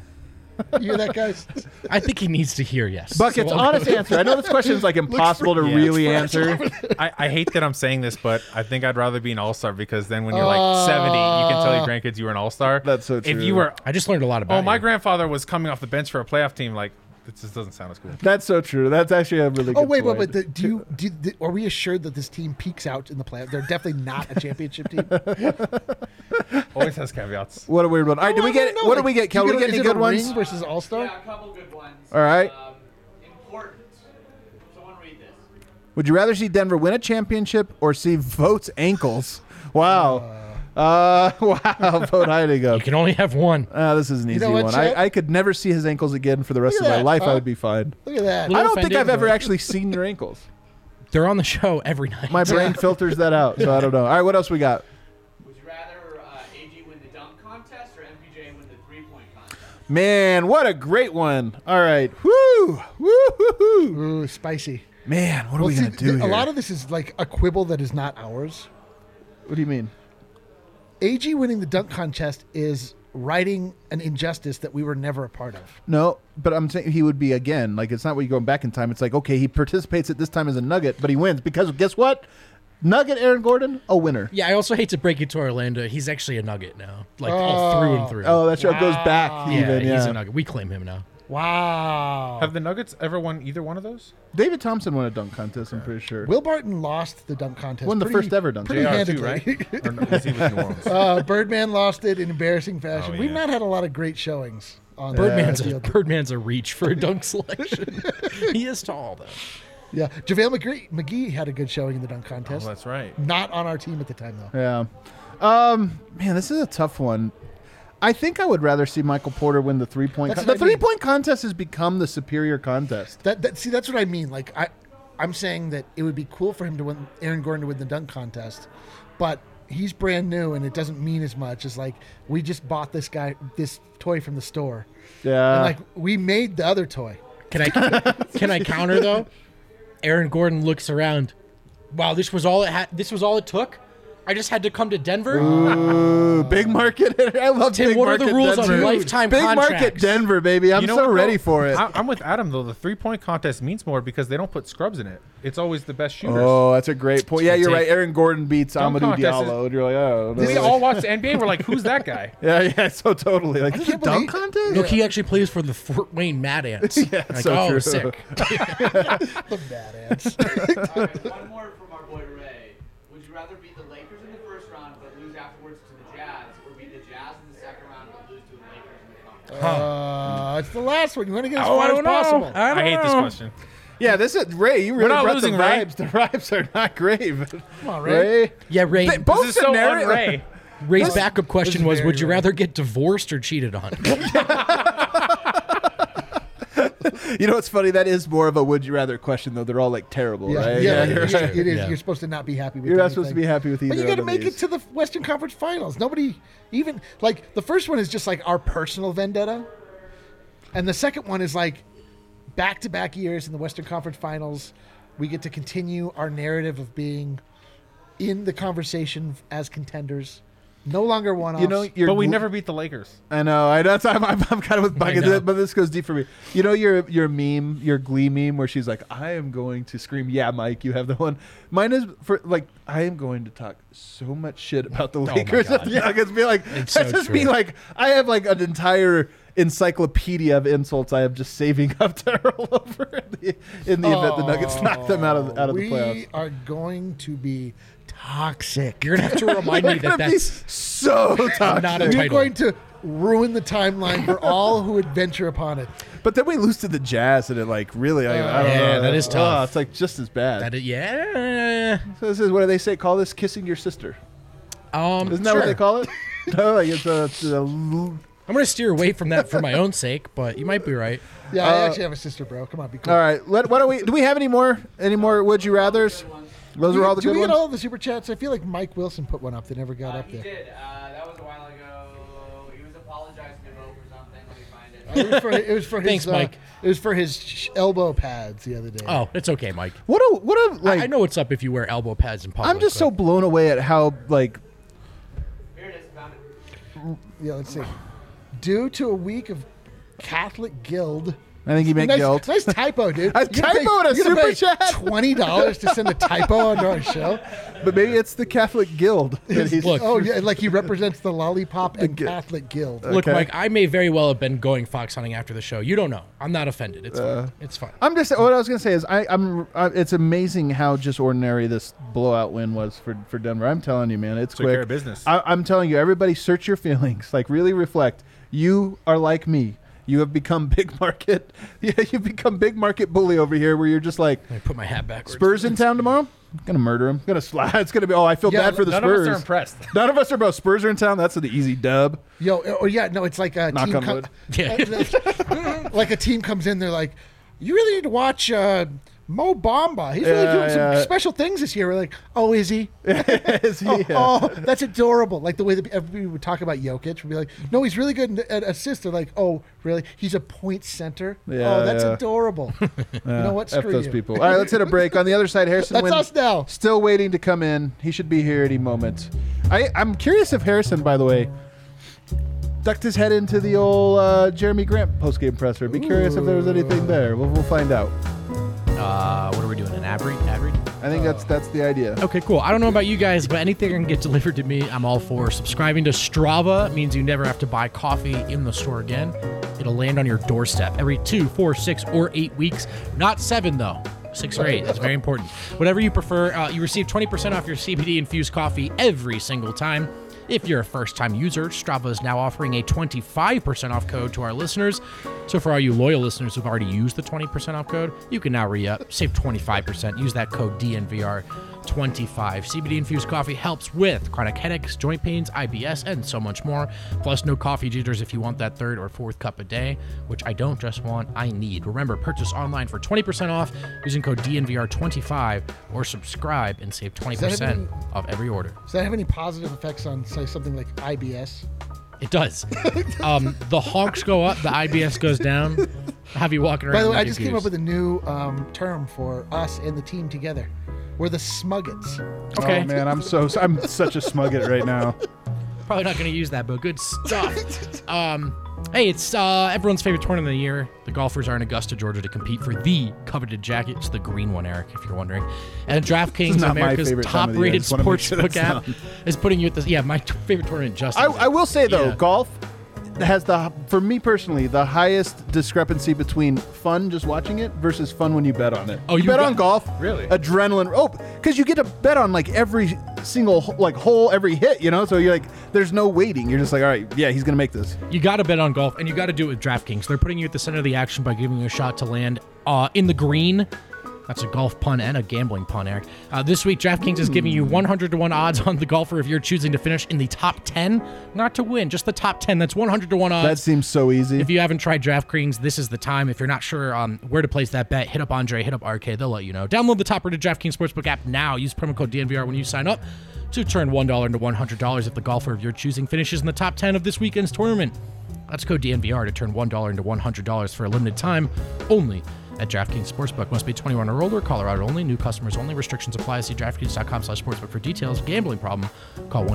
You hear that, guys?
I think he needs to hear yes.
Buckets,
So I'll
honest answer. I know this question is like impossible to
Yeah,
really
it's
answer.
I, I hate that I'm saying this, but I think I'd rather be an all star because then when you're like 70, you can tell your grandkids you were an all star.
That's so
If
true.
you were,
I just learned a lot about.
oh, my
you.
grandfather was coming off the bench for a playoff team, like, this just doesn't sound as cool.
That's so true. That's actually a really.
Oh
good
wait, wait,
point.
wait. the- Do you? Do, the, are we assured that this team peaks out in the playoff? They're definitely not a championship team.
Always has caveats.
What a weird one. All right, do we get? What do we get, Kel?
Can
Do we get any good ones?
Ring versus All
Yeah,
Star.
a couple good ones.
All right.
Um, important. Someone read this.
Would you rather see Denver win a championship or see Vote's ankles? Wow. Uh, wow. Vote hiding
You
up.
can only have one.
Uh, this is an easy
know what,
one.
Chad?
I, I could never see his ankles again for the rest of
Look
my
at that,
life. I
huh?
would be fine.
Look at that.
I
Little
don't think
offended,
I've ever
but-
actually seen your ankles.
They're on the show every night.
My brain filters that out, so I don't know. All right, what else we got?
Would you rather uh, AG win the dunk contest or MPJ win the three point contest?
Man, what a great one. All right. Woo! Woo hoo hoo.
Ooh, spicy.
Man, what are
Well,
we
see,
going to do
th-
here?
a lot of this is like a quibble that is not ours.
what do you mean?
AG winning the dunk contest is righting an injustice that we were never a part of.
No, but I'm saying he would be again. Like it's not what you going back in time. It's like okay, he participates at this time as a Nugget, but he wins because guess what? Nugget Aaron Gordon, a winner.
Yeah, I also hate to break it to Orlando. He's actually a Nugget now, like all through and through.
Oh, that's right. It goes back
yeah,
even. Yeah.
he's a Nugget. We claim him now.
Wow.
Have the Nuggets ever won either one of those?
David Thompson won a dunk contest. I'm pretty sure.
Will Barton lost the dunk contest.
Won the
pretty-
first ever dunk
Pretty
JR
handedly.
too, right? or no, was he with New Orleans?
uh, Birdman lost it in embarrassing fashion.
Oh,
We've
yeah.
not had a lot of great showings on
Birdman's
the
a
field.
Birdman's a reach for a dunk selection. he is tall though.
Yeah, JaVale McGee, McGee had a good showing in the dunk
Oh,
contest.
that's right.
not on our team at the time though.
Yeah. Um, man, this is a tough one. I think I would rather see Michael Porter win the three point.
That's
the
what I
three
mean.
point contest has become the superior contest.
That, that see, that's what I mean. Like I, I'm saying that it would be cool for him to win Aaron Gordon to win the dunk contest, but he's brand new and it doesn't mean as much as like we just bought this guy this toy from the store.
Yeah.
and like we made the other toy.
Can I can I counter though? Aaron Gordon looks around. Wow, this was all it had. This was all it took. I just had to come to Denver.
Ooh, big market. I love
Tim,
big
what are the
market
rules on
Denver.
lifetime
Big market
contracts?
Denver, baby. I'm
You know
so
what, though?
ready for it.
I, I'm with Adam though. The three point contest means more because they don't put scrubs in it. It's always the best shooters.
Oh, that's a great point. Yeah, you're
take.
right. Aaron Gordon beats
Dunk
Amadou
contest is-
Diallo, and you're like, oh, no.
we all watch the NBA. We're like, who's that guy?
yeah, yeah, so totally. Like, this is a
can't
dunk
believe-
contest?
Look, he actually plays for the Fort Wayne Mad Ants. yeah, like,
so
oh,
true.
sick.
The bad ants.
All right, one more from our boy Ray. Would you rather
Uh, it's the last one. You want to get as
Oh,
far
I
as
don't know.
possible.
I,
don't
hate this
know.
question.
Yeah, this is Ray. You really
not
brought
losing,
the
Ray.
vibes. The vibes are not great. Come
on, Ray.
Yeah, Ray.
They- both
This is so
scenario-
un-Ray.
Ray's backup question was: Would
very
you
rare.
rather get divorced or cheated on?
You know what's funny? That is more of a would you rather question, though. They're all like terrible,
Yeah,
right? Yeah.
yeah, it is- it is.
Yeah.
You're supposed to not be happy with.
You're not supposed to
anything.
be happy with either.
But you got to
one of
make it
these.
to the Western Conference Finals. Nobody even like the first one is just like our personal vendetta, and the second one is like back to back years in the Western Conference Finals. We get to continue our narrative of being in the conversation as contenders, no longer one off.
You know, you're
But we never beat the Lakers.
I know. I know. That's, I'm, I'm, I'm kind of with buckets,
know.
but this goes deep for me. You know your your meme, your Glee meme, where she's like, "I am going to scream, yeah, Mike, you have the one." Mine is for like, I am going to talk so much shit about the
Oh my
Lakers.
God.
yeah, it's be like,
It's
that's
so
just me.
true.
Like, I have like an entire encyclopedia of insults I am just saving up to roll over in the, in the event the Nuggets knock them out of out of the
we
playoffs.
are going to be toxic.
You're gonna have to remind me that
That'd be
that's
so tough.
not a
You're
title.
going to ruin the timeline for all who would venture upon it.
But then we lose to the Jazz, and it like really, I, I don't
Yeah,
know.
that is
Oh,
tough.
it's like just as bad.
That it- yeah.
So this is what do they say? Call this kissing your sister?
Um,
Isn't that what
sure.
they call it? no, like it's a, it's a l-
I'm gonna steer away from that for my own sake, but you might be right.
Yeah, I actually have a sister, bro. Come on, be cool.
Uh, all right. Let, why don't we? Do we have any more? Any more? Would you rather's? Those were
Do we-
all the
do
good
we
ones.
get all the super chats? I feel like Mike Wilson put one up that never got
Uh,
up
he
there.
did. Uh, that was a while ago. He was apologizing to Mo for something. Let me find it.
It was for, it was for his,
Thanks,
uh,
Mike.
It was for his sh- elbow pads the other day.
Oh, it's okay, Mike.
what a what a like.
I know what's up if you wear elbow pads in public.
I'm just so
but-
blown away at how like
Here it is. Found it.
Yeah, let's see. Due to a week of Catholic Guild.
I think you make
nice,
guilt.
nice typo, dude.
A
You're gonna pay-
typo in a
you're gonna
super
pay
chat?
Twenty dollars to send a typo onto our show.
But maybe it's the Catholic Guild. that he's-
Look.
Oh yeah, like he represents the lollipop and
Gu-
Catholic Guild.
Look,
Okay.
Mike, I may very well have been going fox hunting after the show. You don't know. I'm not offended. It's
Uh,
fine. It's fine.
I'm just what I was gonna say is I, I'm. I, it's amazing how just ordinary this blowout win was for for Denver. I'm telling you, man, it's
Took
quick.
care of business.
I, I'm telling you, everybody, search your feelings. Like really reflect. You are like me. You have become big market. Yeah, you've become big market bully over here, where you're just like
I put my hat backwards.
Spurs in town tomorrow. Gonna murder him. Gonna slide. It's gonna be. Oh, I feel
Yeah,
bad for the
None
Spurs.
of us are impressed.
None of us are. Both Spurs are in town. That's an easy dub.
Yo, or yeah, no, it's like a
Knock
team
on wood.
Yeah. like a team comes in, they're like, "You really need to watch uh, Mo Bamba. He's really
Yeah,
doing
yeah.
some special things this year." We're like, "Oh, is he?
It's-
Oh,
yeah.
oh, that's adorable!" Like the way that everybody would talk about Jokic, would be like, "No, he's really good at assists." They're like, "Oh, really? He's a point center.
Yeah,
oh, that's
yeah.
adorable." you know what?
F
Screw
those
you.
people. All right, let's hit a break. On the other side, Harrison.
That's
Win-
us now.
Still waiting to come in. He should be here any moment. I, I'm curious if Harrison, by the way, ducked his head into the old uh, Jeremy Grant postgame presser. Be curious if there was anything there. We'll, we'll find out.
Uh, what are we doing? An ab read? Ab read?
I think
Oh.
that's that's the idea.
Okay, cool. I don't know about you guys, but anything that can get delivered to me, I'm all for. Subscribing to Strava means you never have to buy coffee in the store again. It'll land on your doorstep every two, four, six, or eight weeks. Not seven, though. Six or eight. That's very important. Whatever you prefer, uh, you receive 20% off your CBD infused coffee every single time. If you're a first time user, Strava is now offering a 25% off code to our listeners. So, for all you loyal listeners who've already used the 20% off code, you can now re up, save 25%. Use that code DNVR25. CBD infused coffee helps with chronic headaches, joint pains, IBS, and so much more. Plus, no coffee jitters if you want that third or fourth cup a day, which I don't just want, I need. Remember, purchase online for 20% off using code DNVR25 or subscribe and save 20% off every order.
Does that have any positive effects on, say, something like IBS?
It does. um, the honks go up, the IBS goes down. Have you walking around?
By the way, I
like a
just came
goose.
up with a new um, term for us and the team together. We're the Smuggets.
Okay,
Oh man, I'm so I'm such a smugget right now.
probably not going to use that, but good stuff. um, hey, it's uh, everyone's favorite tournament of the year. The golfers are in Augusta, Georgia, to compete for the coveted jacket. It's the green one, Eric, if you're wondering. And DraftKings,
not my
America's
favorite time of the year. I
top-rated
just wanna make
sports
sure
book
that's
app, is putting you at this. Yeah, my t- favorite tournament, Justin.
I,
is
I
in.
will say though,
Yeah.
golf has the for me personally the highest discrepancy between fun just watching it versus fun when you bet on it.
Oh,
you,
you
bet
bet-
on golf,
Really?
Adrenaline. Oh, because you get to bet on like every single like hole every hit, you know. So you're like, there's no waiting. You're just like, all right, yeah, he's gonna make this.
You got to bet on golf, and you got to do it with DraftKings. They're putting you at the center of the action by giving you a shot to land uh, in the green. That's a golf pun and a gambling pun, Eric. Uh, this week, DraftKings is giving you 100 to 1 odds on the golfer if you're choosing to finish in the top 10. Not to win, just the top 10. That's 100 to 1 odds.
That seems so easy.
Uh, If you haven't tried DraftKings, this is the time. If you're not sure um, where to place that bet, hit up Andre, hit up RK. They'll let you know. Download the top-rated DraftKings Sportsbook app now. Use promo code DNVR when you sign up to turn $1 into $100 if the golfer of your choosing finishes in the top 10 of this weekend's tournament. That's code DNVR to turn $1 into $100 for a limited time only at DraftKings Sportsbook. Must be 21 or older, Colorado only, new customers only. Restrictions apply. See DraftKings.com slash sportsbook for details. Gambling problem, call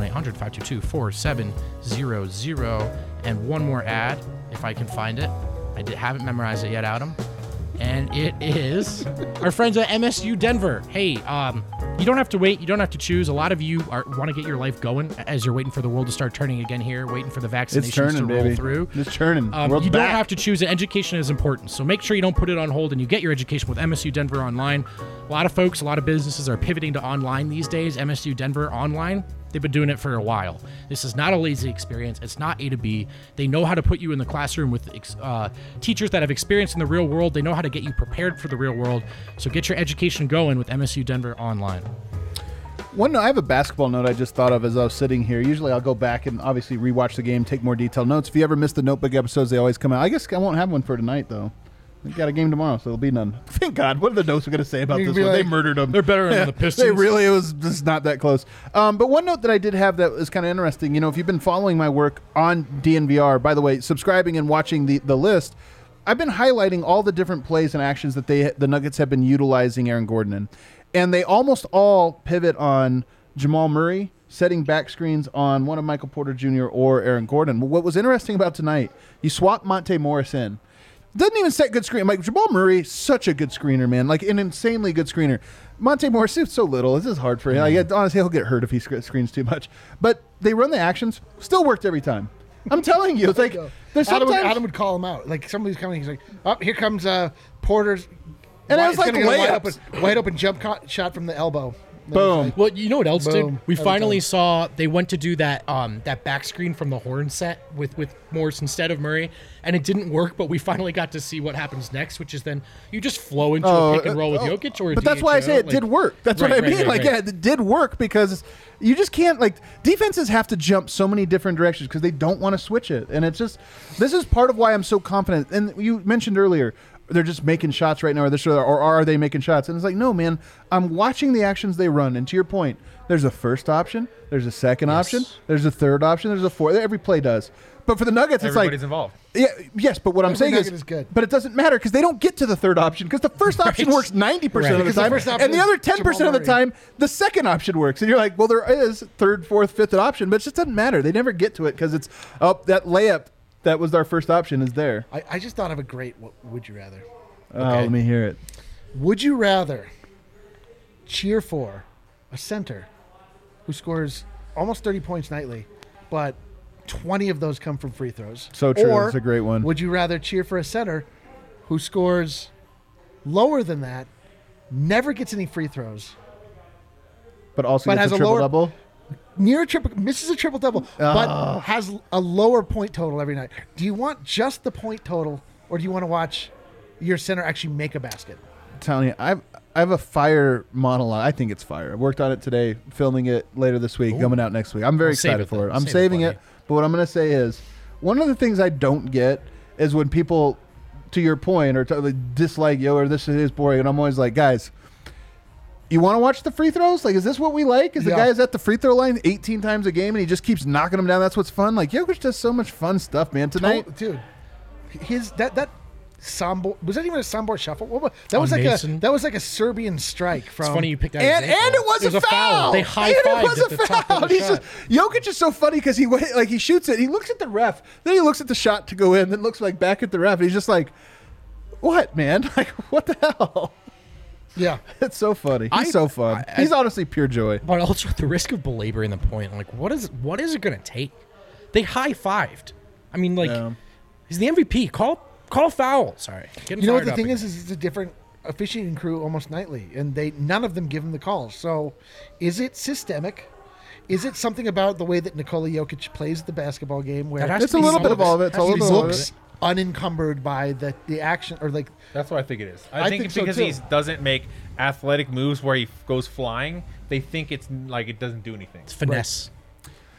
1-800-522-4700. And one more ad, if I can find it. I did, haven't memorized it yet, Adam. And it is our friends at MSU Denver. Hey, um, you don't have to wait. You don't have to choose. A lot of you are, want to get your life going as you're waiting for the world to start turning again here, waiting for the vaccinations
it's turning,
to roll
baby.
through.
It's turning.
Um,
World's
you don't
back.
have to choose it. Education is important. So make sure you don't put it on hold and you get your education with MSU Denver Online. A lot of folks, a lot of businesses are pivoting to online these days. MSU Denver Online, they've been doing it for a while. This is not a lazy experience. It's not A to B. They know how to put you in the classroom with ex- uh, teachers that have experience in the real world. They know how to get you prepared for the real world. So get your education going with MSU Denver Online.
One, I have a basketball note I just thought of as I was sitting here. Usually, I'll go back and obviously rewatch the game, take more detailed notes. If you ever miss the Notebook episodes, they always come out. I guess I won't have one for tonight though. We got a game tomorrow, so there'll be none. Thank God. What are the notes we're gonna say about
You'd
this
be
one? they
like,
murdered them.
They're better than the Pistons.
They really it was just not that close. Um, but one note that I did have that was kind of interesting. You know, if you've been following my work on DNVR, by the way, subscribing and watching the the list, I've been highlighting all the different plays and actions that they the Nuggets have been utilizing Aaron Gordon in, and they almost all pivot on Jamal Murray setting back screens on one of Michael Porter Jr. or Aaron Gordon. What was interesting about tonight, you swap Monte Morris in doesn't even set good screen. Like Jamal Murray, such a good screener, man. Like an insanely good screener. Monte Morris is so little. This is hard for him. Like, honestly, he'll get hurt if he sc- screens too much. But they run the actions. Still worked every time. I'm telling you, it's like there's
Adam,
sometimes.
would, Adam would call him out. Like somebody's coming, he's like, "Oh, here comes uh, Porter's."
And I
wi-
was
it's
like,
gonna get a wide
layups.
open, wide open jump co- shot from the elbow. And then
Boom.
he's like,
Well, you know what else,
Boom.
dude? We
Every
finally
time.
saw they went to do that um that back screen from the horn set with with Morris instead of Murray, and it didn't work. But we finally got to see what happens next, which is then you just flow into
Oh,
a pick and roll with
oh,
Jokic. Or a
but that's why I
DHO,
say it
like-
did work. That's
Right,
what I
right,
mean.
right,
like,
right.
yeah, it did work because you just can't like defenses have to jump so many different directions because they don't want to switch it, and it's just this is part of why I'm so confident. And you mentioned earlier. They're just making shots right now, or, this, or are they making shots? And it's like, no, man, I'm watching the actions they run. And to your point, there's a first option, there's a second option, there's a third option, there's a fourth. Every play does. But for the Nuggets,
Everybody's
it's like,
involved.
yeah, yes, but what I'm saying is,
nugget is good.
but it doesn't matter because they don't get to the third option because the first option
Right.
works 90%
Right.
of the
Because the
time,
first option
and the
is
other 10% of
Jamal
the
Murray.
time, the second option works. And you're like, well, there is third, fourth, fifth option, but it just doesn't matter. They never get to it because it's up oh, that layup that was our first option is there.
I, I just thought of a great. What would you rather?
Oh, let me hear it.
Would you rather cheer for a center who scores almost 30 points nightly, but 20 of those come from free throws?
So true.
Or
That's a great one.
Would you rather cheer for a center who scores lower than that, never gets any free throws,
But also
But
gets
has
a
a
triple
lower-
double.
near a triple, misses a triple double,
Ah.
but has a lower point total every night? Do you want just the point total, or do you want to watch your center actually make a basket?
telling you, I've I have a fire monologue. I think it's fire. I worked on it today, filming it later this week, coming out next week. I'm very
Well, save
excited
it
for
then.
it. I'm
Save it,
saving
buddy.
it. But what I'm going to say is, one of the things I don't get is when people, to your point, or totally dislike yo or this is boring, and I'm always like, guys. You want to watch the free throws? Like, is this what we like? Is the
Yeah.
guy is at the free throw line 18 times a game and he just keeps knocking them down? That's what's fun. Like, Jokic does so much fun stuff, man. Tonight,
Oh, dude, his that that sambor was that even a sambor shuffle? What, wa- that was
On
like
Mason?
a that was like a Serbian strike from.
It's funny you picked that.
and
example.
and it was, a, foul.
They
And
high
it
fived
was
at
a
the top of
foul.
the
He's
shot.
just Jokic is so funny because he went like he shoots it. He looks at the ref, then he looks at the shot to go in, then looks like back at the ref. And he's just like, "What, man? Like what the hell?"
yeah,
It's so funny. He's
I-
so fun.
I- I-
he's honestly pure joy.
but also at the risk of belaboring the point, like what is what is it going to take? They high fived. I mean, like
Yeah.
he's the MVP. Call call foul. Sorry, Getting
you know what
fired
the
up
thing
again.
is? Is it's a different officiating crew almost nightly, and they none of them give him the calls. So, is it systemic? Is it something about the way that Nikola Jokic plays the basketball game where
That has
It's a little bit of all of it. It's a
Has to
little
he
be
bit of all of
something.
it.
looks unencumbered by the the action or like
That's what I think it is. I,
I
think,
think
it's
so,
because
too.
he doesn't make athletic moves where he f- goes flying. They think it's n- like it doesn't do anything,
It's finesse.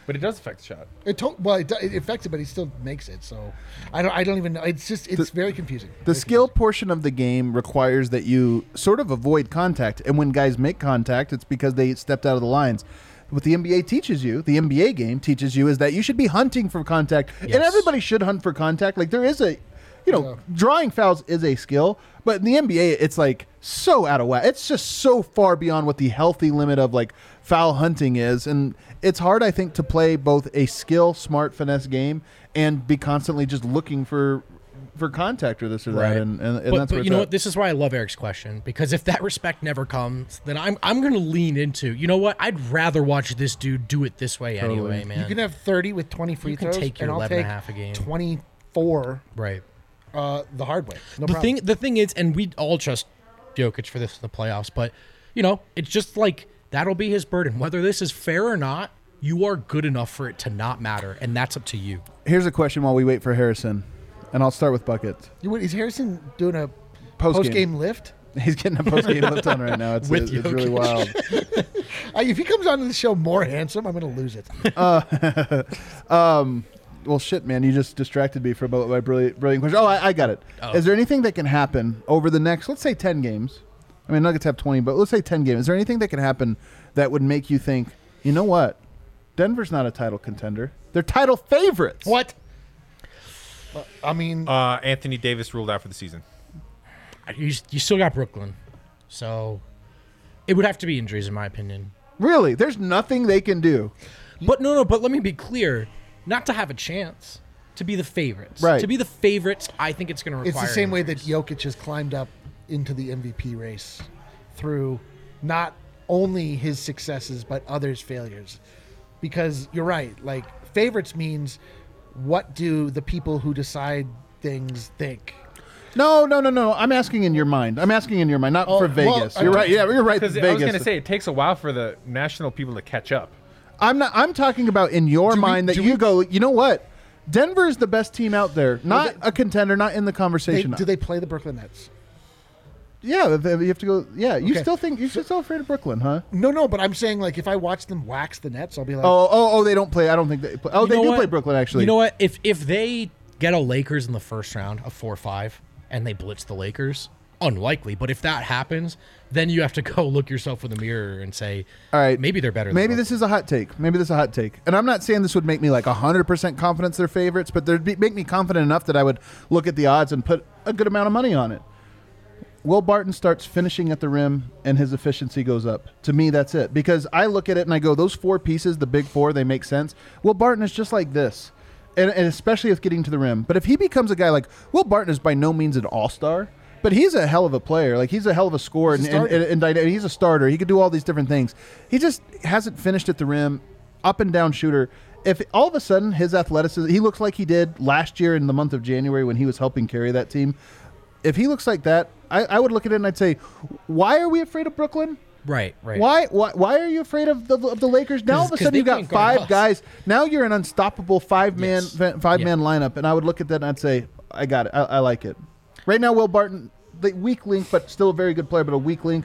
but it does affect the shot.
it to- well it, do- it affects it but he still makes it so I don't I don't even know it's just it's very confusing.
The skill portion of the game requires that you sort of avoid contact, and when guys make contact, it's because they stepped out of the lines. What the NBA teaches you, the NBA game teaches you, is that you should be hunting for contact, and
Yes.
everybody should hunt for contact. Like there is a, you know, drawing fouls is a skill, but in the NBA, it's like so out of whack. It's just so far beyond what the healthy limit of like foul hunting is, and it's hard, I think, to play both a skill, smart, finesse game and be constantly just looking for for contact or this or that,
Right.
and, and, and
but
that's
but
where
you
it's
know
at.
what? This is why I love Eric's question because if that respect never comes, then I'm I'm gonna lean into. You know what? I'd rather watch this dude do it this way anyway, man.
You can have 30 with 20 free
You can
throws
take your
and I'll
11
take
and a half a game.
24
right.
uh, the hard way. No
the
problem.
thing the thing is, and we all trust Jokic for this in the playoffs, but you know, it's just like that'll be his burden. Whether this is fair or not, you are good enough for it to not matter, and that's up to you.
Here's a question while we wait for Harrison, and I'll start with buckets.
You would- is Harrison doing a
Post-game.
post game lift?
He's getting a post game lift on right now. It's,
With
it's, it's really wild.
Uh, if he comes onto the show more handsome, I'm going to lose it.
Well, shit, man, you just distracted me from my- my brilliant, brilliant question. Oh, I, I got it. Is there anything that can happen over the next, let's say, ten games? I mean, Nuggets have twenty, but let's say ten games. Is there anything that can happen that would make you think, you know what, Denver's not a title contender. They're title favorites.
what? Uh, I mean,
Uh, Anthony Davis ruled out for the season.
You, you still got Brooklyn, so it would have to be injuries, in my opinion.
Really? There's nothing they can do.
But no, no. But let me be clear: not to have a chance to be the favorites.
Right.
To be the favorites, I think it's going to require.
it's the same way that
injuries.
Jokic has climbed up into the MVP race through not only his successes but others' failures. Because you're right, like favorites means what do the people who decide things think?
No, no, no, no. I'm asking in your mind. I'm asking in your mind, not for Vegas.
well,
you're right. Yeah, you're right.
Because
Vegas.
I was going to say it takes a while for the national people to catch up.
I'm not. I'm talking about in your mind that you go. You know what? Denver's the best team out there. Not a contender. Not in the
They,
conversation.
do they play the Brooklyn Nets?
yeah, if- if you have to go. Yeah, you
Okay.
still think you're still afraid of Brooklyn, huh?
No, no, but I'm saying like if I watch them wax the Nets, I'll be like,
Oh, oh, oh! They don't play. I don't think they. Play. Oh,
You
they
know
do
what?
play Brooklyn actually.
You know what? If if they get a Lakers in the first round of four five and they blitz the Lakers, unlikely. But if that happens, then you have to go look yourself in the mirror and say,
All right.
maybe they're better."
Maybe
than
this is a hot take. Maybe this is a hot take. And I'm not saying this would make me like 100% confidence they're favorites, but they'd be, make me confident enough that I would look at the odds and put a good amount of money on it. Will Barton starts finishing at the rim and his efficiency goes up. To me, that's it. Because I look at it and I go, those four pieces, the big four, they make sense. Will Barton is just like this, and, and especially with getting to the rim. But if he becomes a guy like Will Barton is by no means an all star, but he's a hell of a player. Like he's a hell of a scorer, and, and, and, and, dyna- he's a starter. He could do all these different things. He just hasn't finished at the rim, up and down shooter. If all of a sudden his athleticism, he looks like he did last year in the month of January when he was helping carry that team if he looks like that, I, I would look at it and I'd say, why are we afraid of Brooklyn?
right, right.
Why, why why are you afraid of the of the Lakers? Now all of a
'Cause- 'cause
sudden
they
you got
can't guard
five
us.
guys. Now you're an unstoppable five man
Yes.
five man lineup, and I would look at that and I'd say, I got it. I, I like it. Right now, Will Barton, the weak link, but still a very good player, but a weak link.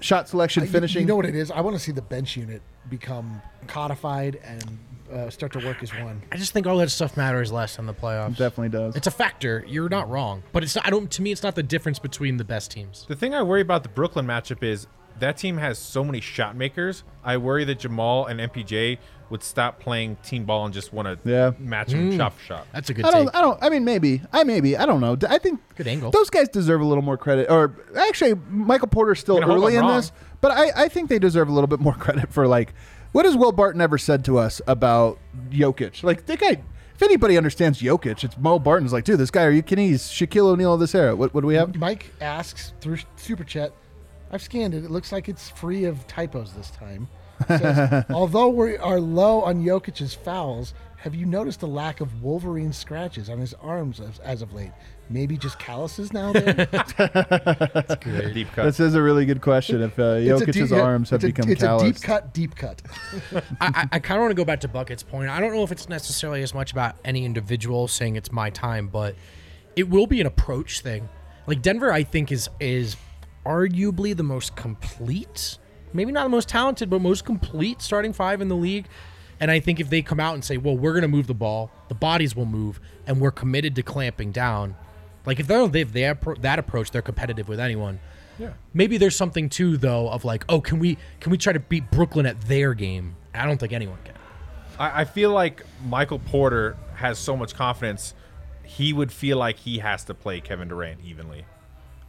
Shot selection,
Uh,
You-
finishing.
You, know what it is? I want to see the bench unit become codified and uh, start to work as one.
I just think all that stuff matters less in the playoffs.
Definitely does.
It's a factor. You're not wrong, but it's not, I don't. To me, it's not the difference between the best teams.
The thing I worry about the Brooklyn matchup is that team has so many shot makers. I worry that Jamal and MPJ would stop playing team ball and just want to
Yeah.
match him shot for shot.
That's a good
I
take.
don't. I don't. I mean, maybe. I maybe. I don't know. D- I think
Good angle.
Those guys deserve a little more credit. Or actually, Michael Porter's still
mean, I hope
early in
I'm
this, but I, I think they deserve a little bit more credit for like, what has Will Barton ever said to us about Jokic? Like, the guy. If anybody understands Jokic, it's Mo Barton's. Like, dude, this guy. Are you kidding? He's Shaquille O'Neal of this era. What, what do we have?
Mike asks through super chat. I've scanned it. It looks like it's free of typos this time. It says, Although we are low on Jokic's fouls, Have you noticed the lack of Wolverine scratches on his arms as, as of late? Maybe just calluses now. Then?
Deep cut.
This is a really good question. If uh,
It's a
Jokic's
deep- yeah,
arms have
it's a-
become
it's
calloused,
a deep cut, deep cut.
I, I kind of want to go back to Bucket's point. I don't know if it's necessarily as much about any individual saying it's my time, but it will be an approach thing. Like Denver, I think is is arguably the most complete, maybe not the most talented, but most complete starting five in the league. And I think if they come out and say, "Well, we're going to move the ball, the bodies will move, and we're committed to clamping down," like if they're if they appro- that approach, they're competitive with anyone. Maybe there's something too though of like, oh, can we can we try to beat Brooklyn at their game? I don't think anyone can.
I, I feel like Michael Porter has so much confidence, he would feel like he has to play Kevin Durant evenly.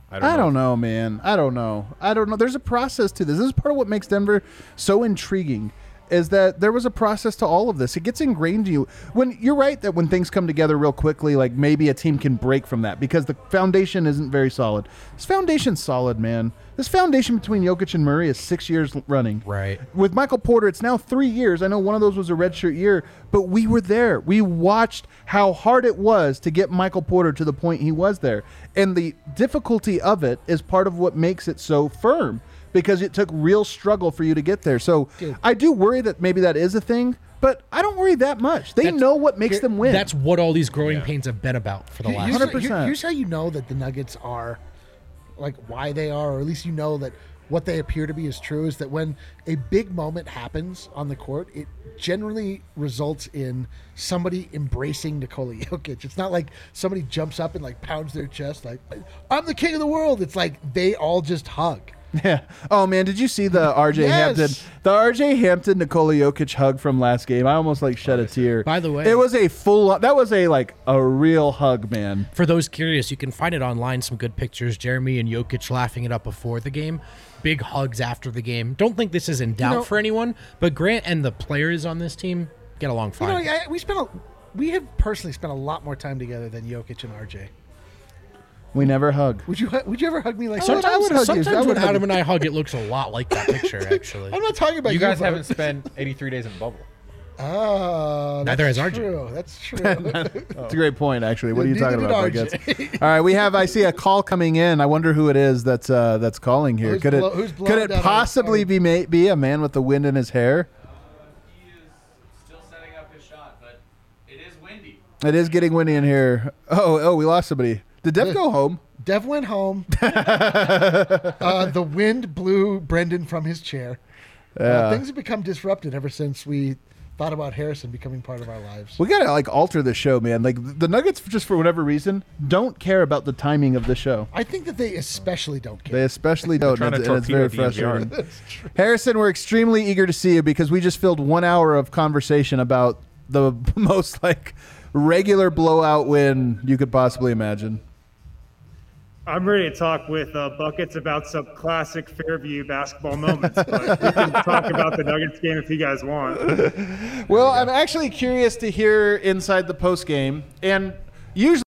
I don't know, man. I don't know. I don't know. There's a process to this. This is part of what makes Denver so intriguing. Is that there was a process to all of this? It gets ingrained in you. When you're right that when things come together real quickly, like maybe a team can break from that because the foundation isn't very solid. This foundation's solid, man. This foundation between Jokic and Murray is six years l- running.
Right.
With Michael Porter, it's now three years. I know one of those was a redshirt year, but we were there. We watched how hard it was to get Michael Porter to the point he was there. And the difficulty of it is part of what makes it so firm because it took real struggle for you to get there. So I do worry that maybe that is a thing, but I don't worry that much. They
That's-
know what makes them win.
That's what all these growing pains have been about for the
Here-
last.
here's how-
100%.
Here's how you know that the Nuggets are, like, why they are, or at least you know that what they appear to be is true. Is that when a big moment happens on the court, it generally results in somebody embracing Nikola Jokic. It's not like somebody jumps up and like pounds their chest like, "I'm the king of the world." It's like they all just hug.
Yeah. Oh man, did you see the RJ
Yes.
Hampton, the RJ Hampton Nikola Jokic hug from last game? I almost like shed a tear.
By the way-
it was a full. That was a like a real hug, man.
For those curious, you can find it online. Some good pictures. Jeremy and Jokic laughing it up before the game. Big hugs after the game. Don't think this is in doubt for anyone. But Grant and the players on this team get along
You
fine.
know, I, we spent a, we have personally spent a lot more time together than Jokic and RJ.
We never hug.
Would you hu- would you ever hug me like
sometimes,
I would hug you.
sometimes
I would
when
hug
Adam
you.
and I hug, it looks a lot like that picture. Actually,
I'm not talking about you,
You guys
but-
haven't spent 83 days in the bubble.
Oh,
Neither
that's
has RJ.
true. That's true.
It's a great point, actually. What are you talking
Neither did
about?
RJ.
Buckets? All right, we have. I see a call coming in. I wonder who it is that's uh, that's calling here.
Who's
could it
blow- who's blowing
could it
down our-
possibly
our-
be ma- be a man with the wind in his hair?
Uh, He is still setting up his shot, but it is windy.
It is getting windy in here. Oh, oh, we lost somebody. Did Dev go home?
Dev went home. uh, the wind blew Brendan from his chair. Uh, things have become disrupted ever since we thought about Harrison becoming part of our lives.
We gotta like alter the show, man. Like the Nuggets, just for whatever reason, don't care about the timing of the show.
I think that they especially don't care.
They especially don't,
trying
and
to
it's, and it's very
torpedo DNVR.
frustrating. Harrison, we're extremely eager to see you because we just filled one hour of conversation about the most like regular blowout win you could possibly imagine.
I'm ready to talk with uh, Buckets about some classic Fairview basketball moments, but we can talk about the Nuggets game if you guys want.
Well, I'm actually curious to hear inside the post game, and usually,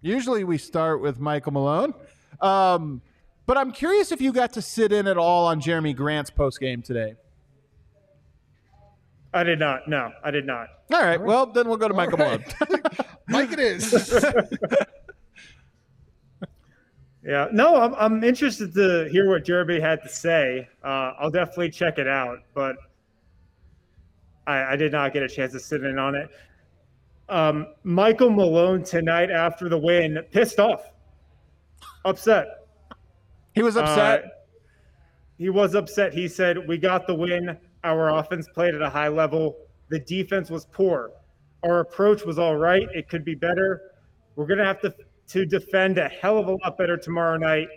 usually we start with Michael Malone. Um, but I'm curious if you got to sit in at all on Jeremy Grant's post game today.
I did not. No, I did not.
All right. Well, then we'll go to Michael Malone.
Like it is.
Yeah. No, I'm, I'm interested to hear what Jeremy had to say. Uh, I'll definitely check it out, but I, I did not get a chance to sit in on it. Um, Michael Malone tonight after the win, pissed off, upset.
he was upset.
Uh, he was upset. He said, "We got the win. Our offense played at a high level. The defense was poor. Our approach was all right. It could be better. We're gonna have to to defend a hell of a lot better tomorrow night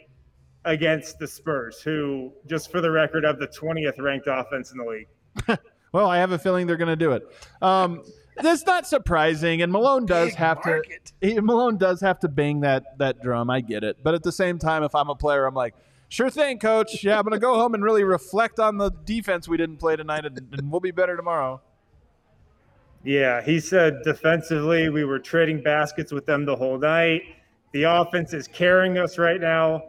against the Spurs, who, just for the record, have the 20th ranked offense in the league."
well, I have a feeling they're going to do it. Um, that's not surprising, and Malone does
Big
have
market.
to. He, Malone does have to bang that that drum. I get it, but at the same time, if I'm a player, I'm like, sure thing, coach. Yeah, I'm going to go home and really reflect on the defense we didn't play tonight, and, and we'll be better tomorrow.
Yeah, he said defensively, we were trading baskets with them the whole night. The offense is carrying us right now.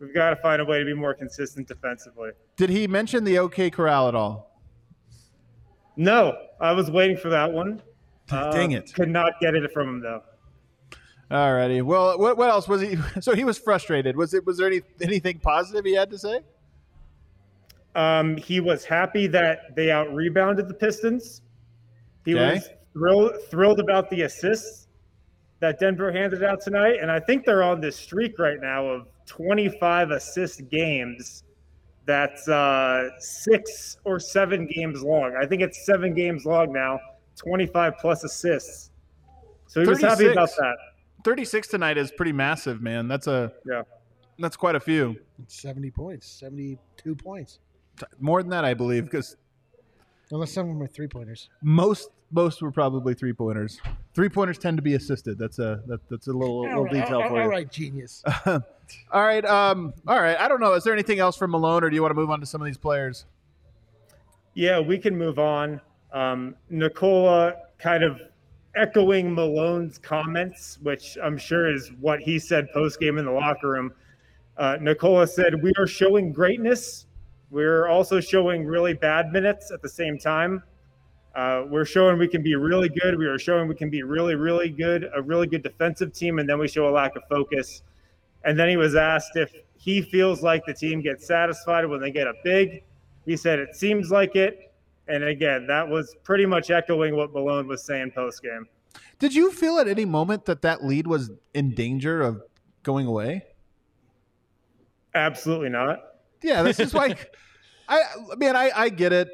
We've got to find a way to be more consistent defensively.
Did he mention the OK Corral at all?
No, I was waiting for that one. Uh,
Dang it.
Could not get it from him though.
Alrighty. Well, what, what else was he? So he was frustrated. Was it? Was there any anything positive he had to say?
Um, he was happy that they out rebounded the Pistons. He
Okay.
was thrilled thrilled about the assists that Denver handed out tonight, and I think they're on this streak right now of 25 assist games. That's uh, six or seven games long. I think it's seven games long now. 25 plus assists. So he was happy about
36.
that.
Thirty-six tonight is pretty massive, man. That's a
Yeah.
that's quite a few.
It's 70 points, 72 points.
T- More than that, I believe, because
Unless some of them are three pointers.
most most were probably three pointers. Three pointers tend to be assisted. That's a that, that's a little, little detail for you.
All right, genius.
All right. Um, all right. I don't know. Is there anything else from Malone, or do you want to move on to some of these players?
Yeah, we can move on. Um, Nicola kind of echoing Malone's comments, which I'm sure is what he said post game in the locker room. Uh, Nicola said, We are showing greatness. We're also showing really bad minutes at the same time. Uh, we're showing we can be really good. We are showing we can be really, really good, a really good defensive team, and then we show a lack of focus. And then he was asked if he feels like the team gets satisfied when they get a big. He said it seems like it. And again, that was pretty much echoing what Malone was saying post game.
Did you feel at any moment that that lead was in danger of going away?
Absolutely not.
Yeah, this is like, I man, I I get it.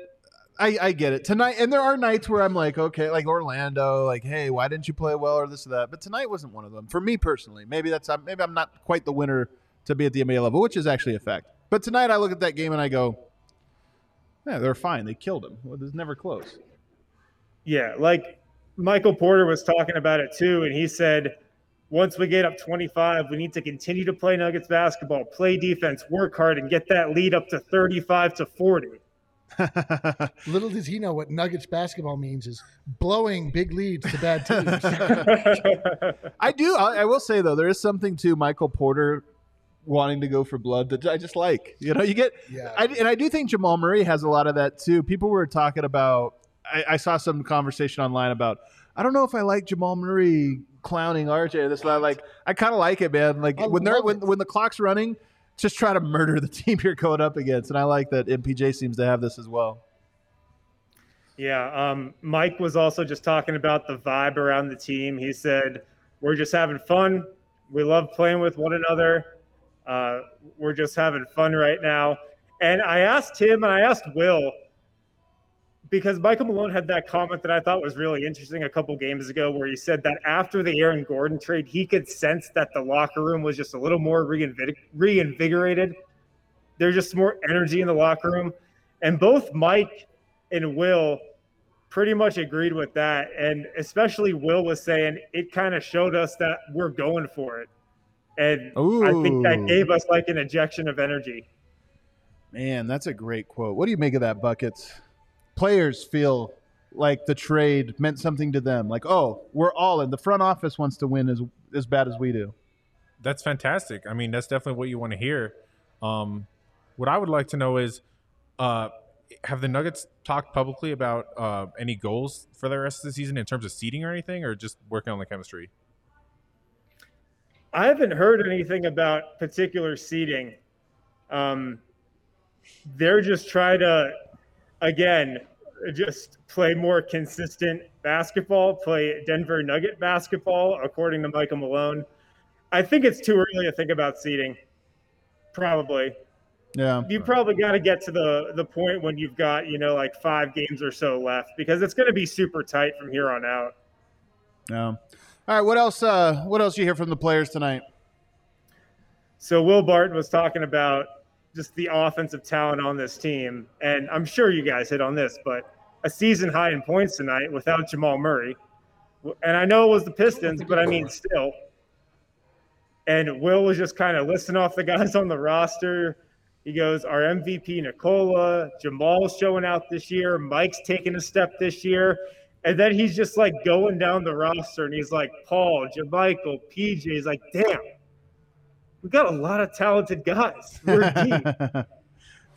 I, I get it tonight, and there are nights where I'm like, okay, like Orlando, like, hey, why didn't you play well or this or that? But tonight wasn't one of them for me personally. Maybe that's I'm- maybe I'm not quite the winner to be at the NBA level, which is actually a fact. But tonight I look at that game and I go, yeah, they're fine. They killed him. Well, this is never close.
Yeah, like Michael Porter was talking about it too, and he said, once we get up 25, we need to continue to play Nuggets basketball, play defense, work hard, and get that lead up to 35 to 40.
Little does he know what Nuggets basketball means is blowing big leads to bad teams.
I do. I, I will say though, there is something to Michael Porter wanting to go for blood that I just like. You know, you get.
Yeah.
I, and I do think Jamal Murray has a lot of that too. People were talking about. I, I saw some conversation online about. I don't know if I like Jamal Murray clowning RJ. This and that. like I kind of like it, man. Like
I
when they're
love
when,
it.
when the clock's running, just try to murder the team you're going up against. And I like that MPJ seems to have this as well.
Yeah, um, Mike was also just talking about the vibe around the team. He said, "We're just having fun. We love playing with one another. Uh, we're just having fun right now." And I asked him, and I asked Will, because Michael Malone had that comment that I thought was really interesting a couple games ago, where he said that after the Aaron Gordon trade, he could sense that the locker room was just a little more reinvig- reinvigorated. There's just more energy in the locker room, and both Mike and Will pretty much agreed with that. And especially Will was saying it kind of showed us that we're going for it. And I think
Ooh.
that gave us like an ejection of energy.
Man, that's a great quote. What do you make of that, Buckets? Players feel like the trade meant something to them. Like, oh, we're all in. The front office wants to win as as bad as we do.
that's fantastic. I mean, that's definitely what you want to hear. Um, what I would like to know is, uh, have the Nuggets talked publicly about uh, any goals for the rest of the season in terms of seeding or anything, or just working on the chemistry?
I haven't heard anything about particular seeding. Um, they're just trying to, again, just play more consistent basketball, play Denver Nugget basketball, according to Michael Malone. I think it's too early to think about seeding. Probably,
Yeah.
you probably got to get to the the point when you've got you know like five games or so left because it's going to be super tight from here on out.
Yeah. All right. What else? Uh, what else you hear from the players tonight?
So Will Barton was talking about just the offensive talent on this team, and I'm sure you guys hit on this, but a season high in points tonight without Jamal Murray, and I know it was the Pistons, but I mean still. And Will was just kind of listing off the guys on the roster. He goes, our MVP Nicola, Jamal's showing out this year, Mike's taking a step this year. And then he's just like going down the roster and he's like, Paul, Jamichael, PJ. He's like, damn, we got a lot of talented guys. We're deep.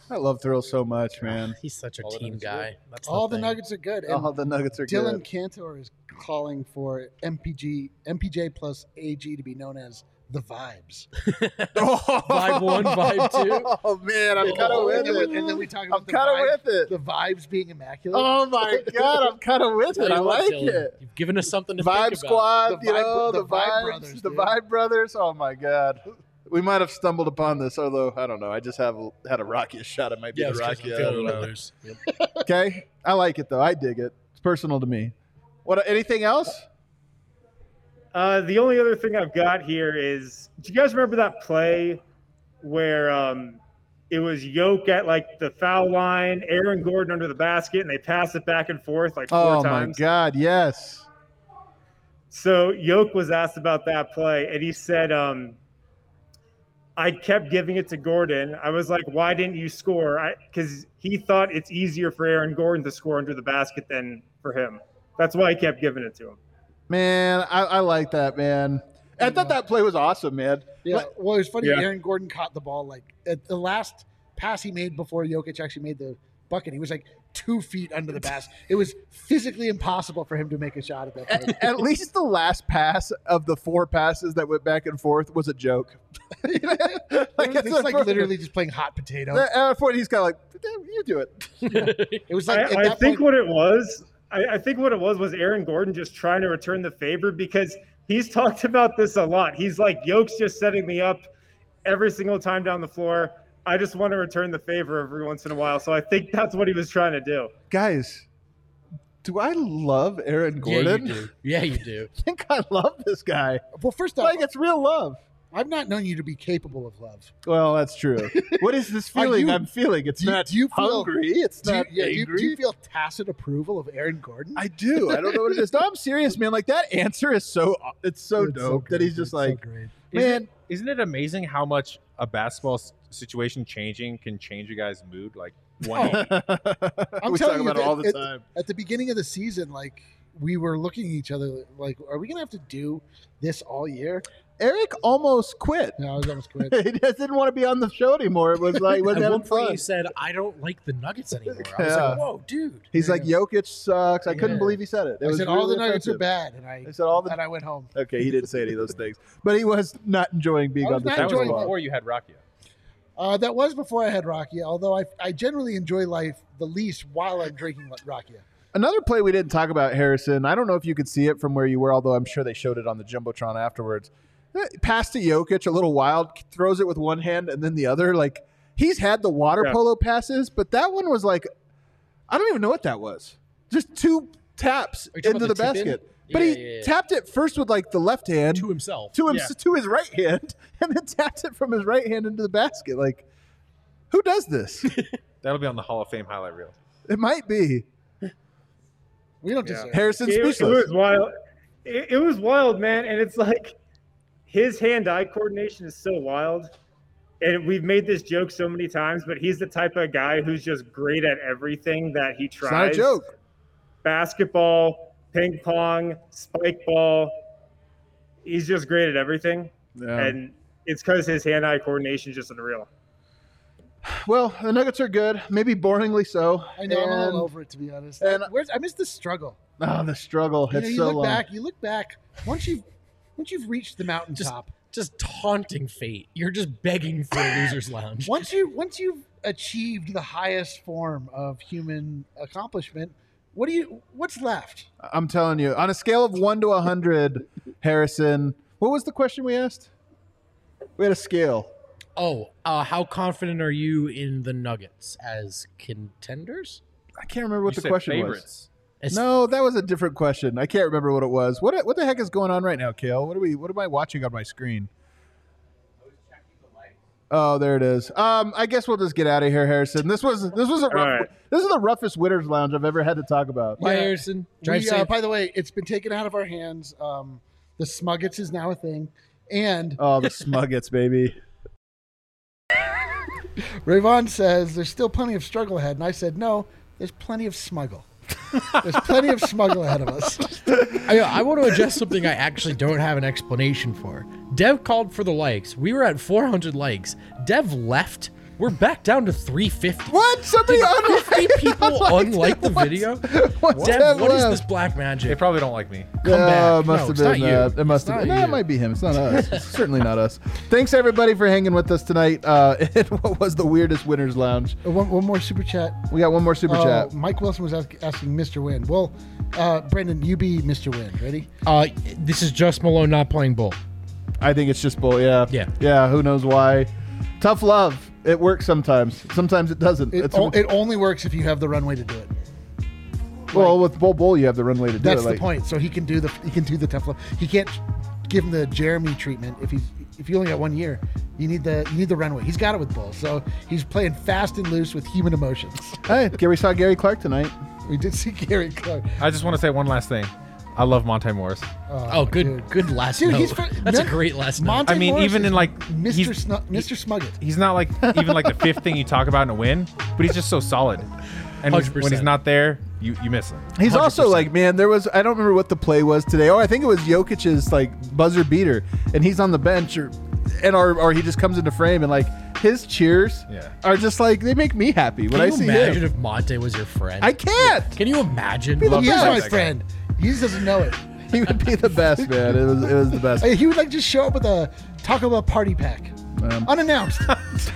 I love Thrill so much, man.
He's such a team guy. That's
All the
thing.
nuggets are good. And
Oh, the Nuggets are
Dylan
good.
Cantor is calling for MPG, MPJ plus AG to be known as the Vibes.
Vibe one, vibe two.
Oh man, I'm kind of with
and, then
it.
we, and then we talk about
I'm
the,
kind
vibe,
of with it.
the vibes being immaculate.
Oh my god, I'm kind of with
Tell
it.
you
I
what,
like
Dylan,
it.
You've given us something to
Vibe
think about.
Squad,
The
you
Vibe-
know, the,
the Vibe
vibes,
Brothers,
the
dude.
Vibe Brothers. Oh my god. We might have stumbled upon this, although I don't know. I just have had a rockiest shot. It might be
Yeah,
the
it's 'cause I'm
Rocky. I
feeling
don't
the
know.
others. Yep.
Okay, I like it though. I dig it. It's personal to me. What? Anything else?
Uh, the only other thing I've got here is do you guys remember that play where um, it was Yoke at like the foul line, Aaron Gordon under the basket, and they pass it back and forth like four
Oh my
times?
god, yes.
So Yoke was asked about that play, and he said, um, "I kept giving it to Gordon. I was like, why didn't you score? Because he thought it's easier for Aaron Gordon to score under the basket than for him. That's why he kept giving it to him.
Man, I, I like that, man. I thought that play was awesome, man.
yeah. well, it was funny.
Yeah.
Aaron Gordon caught the ball like at the last pass he made before Jokic actually made the bucket. He was like two feet under the basket. It was physically impossible for him to make a shot at that. point.
At, at least the last pass of the four passes that went back and forth was a joke. like,
It
that's
was
what
like
Gordon-
literally just playing hot potato.
At that point, he's kind of like, "Damn, you do it.
It was like
I,
at
I
that
think
point,
what it was, I, I think what it was was Aaron Gordon just trying to return the favor because he's talked about this a lot. He's like, Yoke's just setting me up every single time down the floor. I just want to return the favor every once in a while. So I think that's what he was trying to do.
Guys, do I love Aaron Gordon?
Yeah, you do. Yeah, you do.
I think I love this guy.
well, first off,
Like, it's real love.
I've not known you to be capable of love.
Well, that's true. What is this
Are
feeling
you-
I'm feeling? It's
do you-
not
do you feel-
hungry. It's
Do you,
not
yeah, do, you,
angry.
do you feel tacit approval of Aaron Gordon?
I do. I don't know what it is. No, I'm serious, man. Like that answer is so it's so
It's
dope
great,
that he's
dude.
just
So
like,
great.
man,
Isn't it amazing how much a basketball s- situation changing can change a guy's mood? Like one.
I'm
we talk
telling you
about it
that
all the
it-
time.
at the beginning of the season, like we were looking at each other, like, are we gonna have to do this all year?
Eric almost quit.
No, I was almost quit.
he just didn't want to be on the show anymore. It was like, wasn't
At one
having
point,
fun.
you said, "I don't like the Nuggets anymore." I was
Yeah.
like, "Whoa, dude!"
He's like, Jokic sucks. I couldn't
Yeah.
believe he said it. it
I
was
said all the
really
Nuggets are
offensive.
bad, and I
I said all the.
and I went home.
Okay, he didn't say any of those things, but he was not enjoying being
I
on
was
the
not
that was
enjoying
show.
it.
anymore.
before you had Rocky.
Uh, that was before I had Rakia, although I, I generally enjoy life the least while I'm drinking Rakia.
Another play we didn't talk about, Harrison. I don't know if you could see it from where you were, although I'm sure they showed it on the jumbotron afterwards. Eh, Pass to Jokic, a little wild, throws it with one hand and then the other. Like he's had the water
Yeah.
polo passes, but that one was like, I don't even know what that was. Just two taps
you talking
into the,
about the tip in?
basket. But he
Yeah, yeah, yeah.
tapped it first with like the left hand
to himself.
to him
Yeah.
to his right hand, and then tapped it from his right hand into the basket. Like, who does this?
That'll be on the Hall of Fame highlight reel.
it might be
We don't deserve it.
Harrison
It, it
speechless.
was wild. It, it was wild, man. And it's like his hand-eye coordination is so wild. And we've made this joke so many times, but he's the type of guy who's just great at everything that he
It's not
tries.
a joke.
basketball, ping pong, spike ball. He's just great at everything, and it's because his hand-eye coordination is just unreal.
Well, the Nuggets are good, maybe boringly so.
I know I'm
and-
all over it to be honest.
and-
Where's, I miss the struggle.
Oh, the struggle.
You, know,
it's
you
so um, long.
look back. You look back once you've once you've reached the mountaintop.
Just taunting fate. You're just begging for a losers' lounge.
once you once you've achieved the highest form of human accomplishment, what do you what's left?
I'm telling you, on a scale of one to a hundred, Harrison, what was the question we asked? We had a scale.
Oh, uh, how confident are you in the Nuggets as contenders?
I can't remember what the
You said
question was.
favorites.
As-
No, that was a different question. I can't remember what it was. What what the heck is going on right now, Kale? What are we what am I watching on my screen? Oh, there it is. Um, I guess we'll just get out of here, Harrison. This was this was a rough,
right.
this is the roughest winners lounge I've ever had to talk about.
Bye, Harrison. Drive
We, uh,
safe.
by the way, it's been taken out of our hands. Um, the Smuggets is now a thing, and
Oh, the Smuggets, baby.
Rayvon says there's still plenty of struggle ahead, and I said no. There's plenty of smuggle. There's plenty of smuggle ahead of us.
I, I want to address something I actually don't have an explanation for. Dev called for the likes. We were at 400 likes. Dev left We're back down to 350.
What? Somebody unlike-
50 people
unliked
unlike the
it. What's-
video?
what's that
Deb, what is
left?
this black
They
magic?
probably don't like me.
Come
Yeah,
back.
it must
No,
have
it's not
been.
you.
Uh, it must
It's
have been.
not
Nah, it
you.
might be him. It's not us. It's certainly not us. Thanks everybody for hanging with us tonight uh, in what was the weirdest winners lounge.
Uh, One, one more super chat.
We got one more super
Oh,
Uh,
chat.
Mike Wilson was ask, asking Mr. Wynn. Well, uh, Brendan, you be Mr. Wynn. Ready?
Uh, this is just Malone not playing bull.
I think it's just bull. Yeah.
Yeah.
Yeah. Who knows why? Tough love. It works sometimes. Sometimes it doesn't.
It,
it's
o- it only works if you have the runway to do it.
well with bull bull. You have the runway to do
That's
it.
the
like-
point. So he can do the he can do the tough love. He can't give him the Jeremy treatment if he's if you only got one year. You need the you need the runway. He's got it with Bull. So he's playing fast and loose with human emotions.
Hey, Gary saw Gary Clark tonight.
We did see Gary Clark.
I just want to say one last thing. I love Monte Morris.
Oh, good, good last
Dude,
note.
he's fr-
That's
none-
a great last
Monte
I mean,
Morris
even
is
in like
Mr.
he's-
Snu- Mr. Smugget.
he's not like even like the fifth thing you talk about in a win, but he's just so solid. And when he's- when
100%.
he's not there, you you miss him.
He's also like, man, there was I don't remember what the play was today. Oh, I think it was Jokic's like buzzer beater, and he's on the bench, or and or, or he just comes into frame and like his cheers
Yeah.
are just like they make me happy when
Can
I
you
see
imagine
him.
if Monte was your friend?
I can't.
Can you imagine?
Love
He is
that
my
guy.
friend. He just doesn't know it.
He would be the best, man. It was it was the best.
Hey, He would like just show up with a Taco Bell party pack,
Um,
unannounced.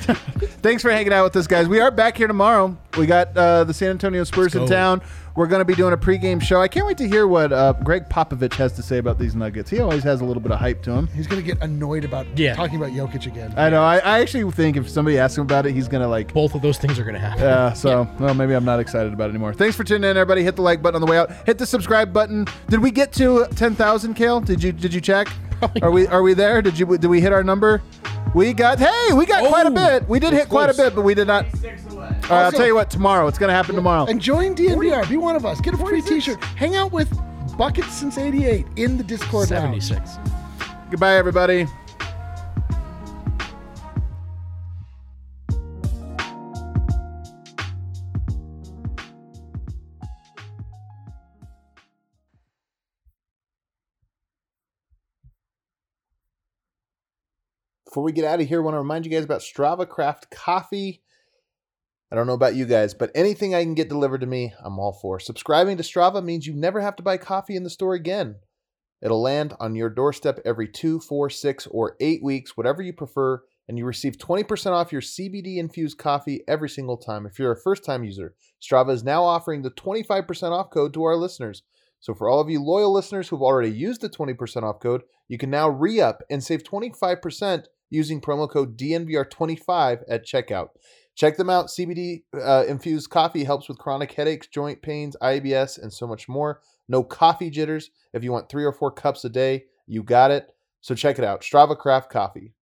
Thanks for hanging out with us, guys. We are back here tomorrow. We got uh, the San Antonio Spurs in
go.
town. We're going to be doing a pregame show. I can't wait to hear what uh, Greg Popovich has to say about these Nuggets. He always has a little bit of hype to him.
He's gonna get annoyed about
Yeah.
talking about Jokic again.
I know. I, I actually think if somebody asks him about it, he's going to like
Both of those things are gonna happen.
Yeah, so well, maybe I'm not excited about it anymore. Thanks for tuning in, everybody. Hit the like button on the way out. Hit the subscribe button. Did we get to 10,000, Kale? Did you did you check? Are we are we there? Did you did we hit our number? We got hey, we got quite a
Oh,
bit. We did hit quite a
close.
bit, but we did not. All
Six away.
right, I'll
Also-
tell you what. Tomorrow, it's gonna happen tomorrow.
And join DNVR. Be one of us. Get a free T-shirt. Hang out with Buckets since '88 in the Discord. now.
Seventy-six.
Goodbye, everybody. Before we get out of here, I want to remind you guys about Strava Craft Coffee. I don't know about you guys, but anything I can get delivered to me, I'm all for. Subscribing to Strava means you never have to buy coffee in the store again. It'll land on your doorstep every two, four, six, or eight weeks, whatever you prefer, and you receive 20% off your CBD infused coffee every single time. If you're a first time user, Strava is now offering the 25% off code to our listeners. So, for all of you loyal listeners who've already used the 20% off code, you can now re up and save 25% using promo code DNVR25 at checkout. Check them out. CBD uh, infused coffee helps with chronic headaches, joint pains, IBS, and so much more. No coffee jitters. If you want three or four cups a day, you got it. So check it out. Strava Craft Coffee.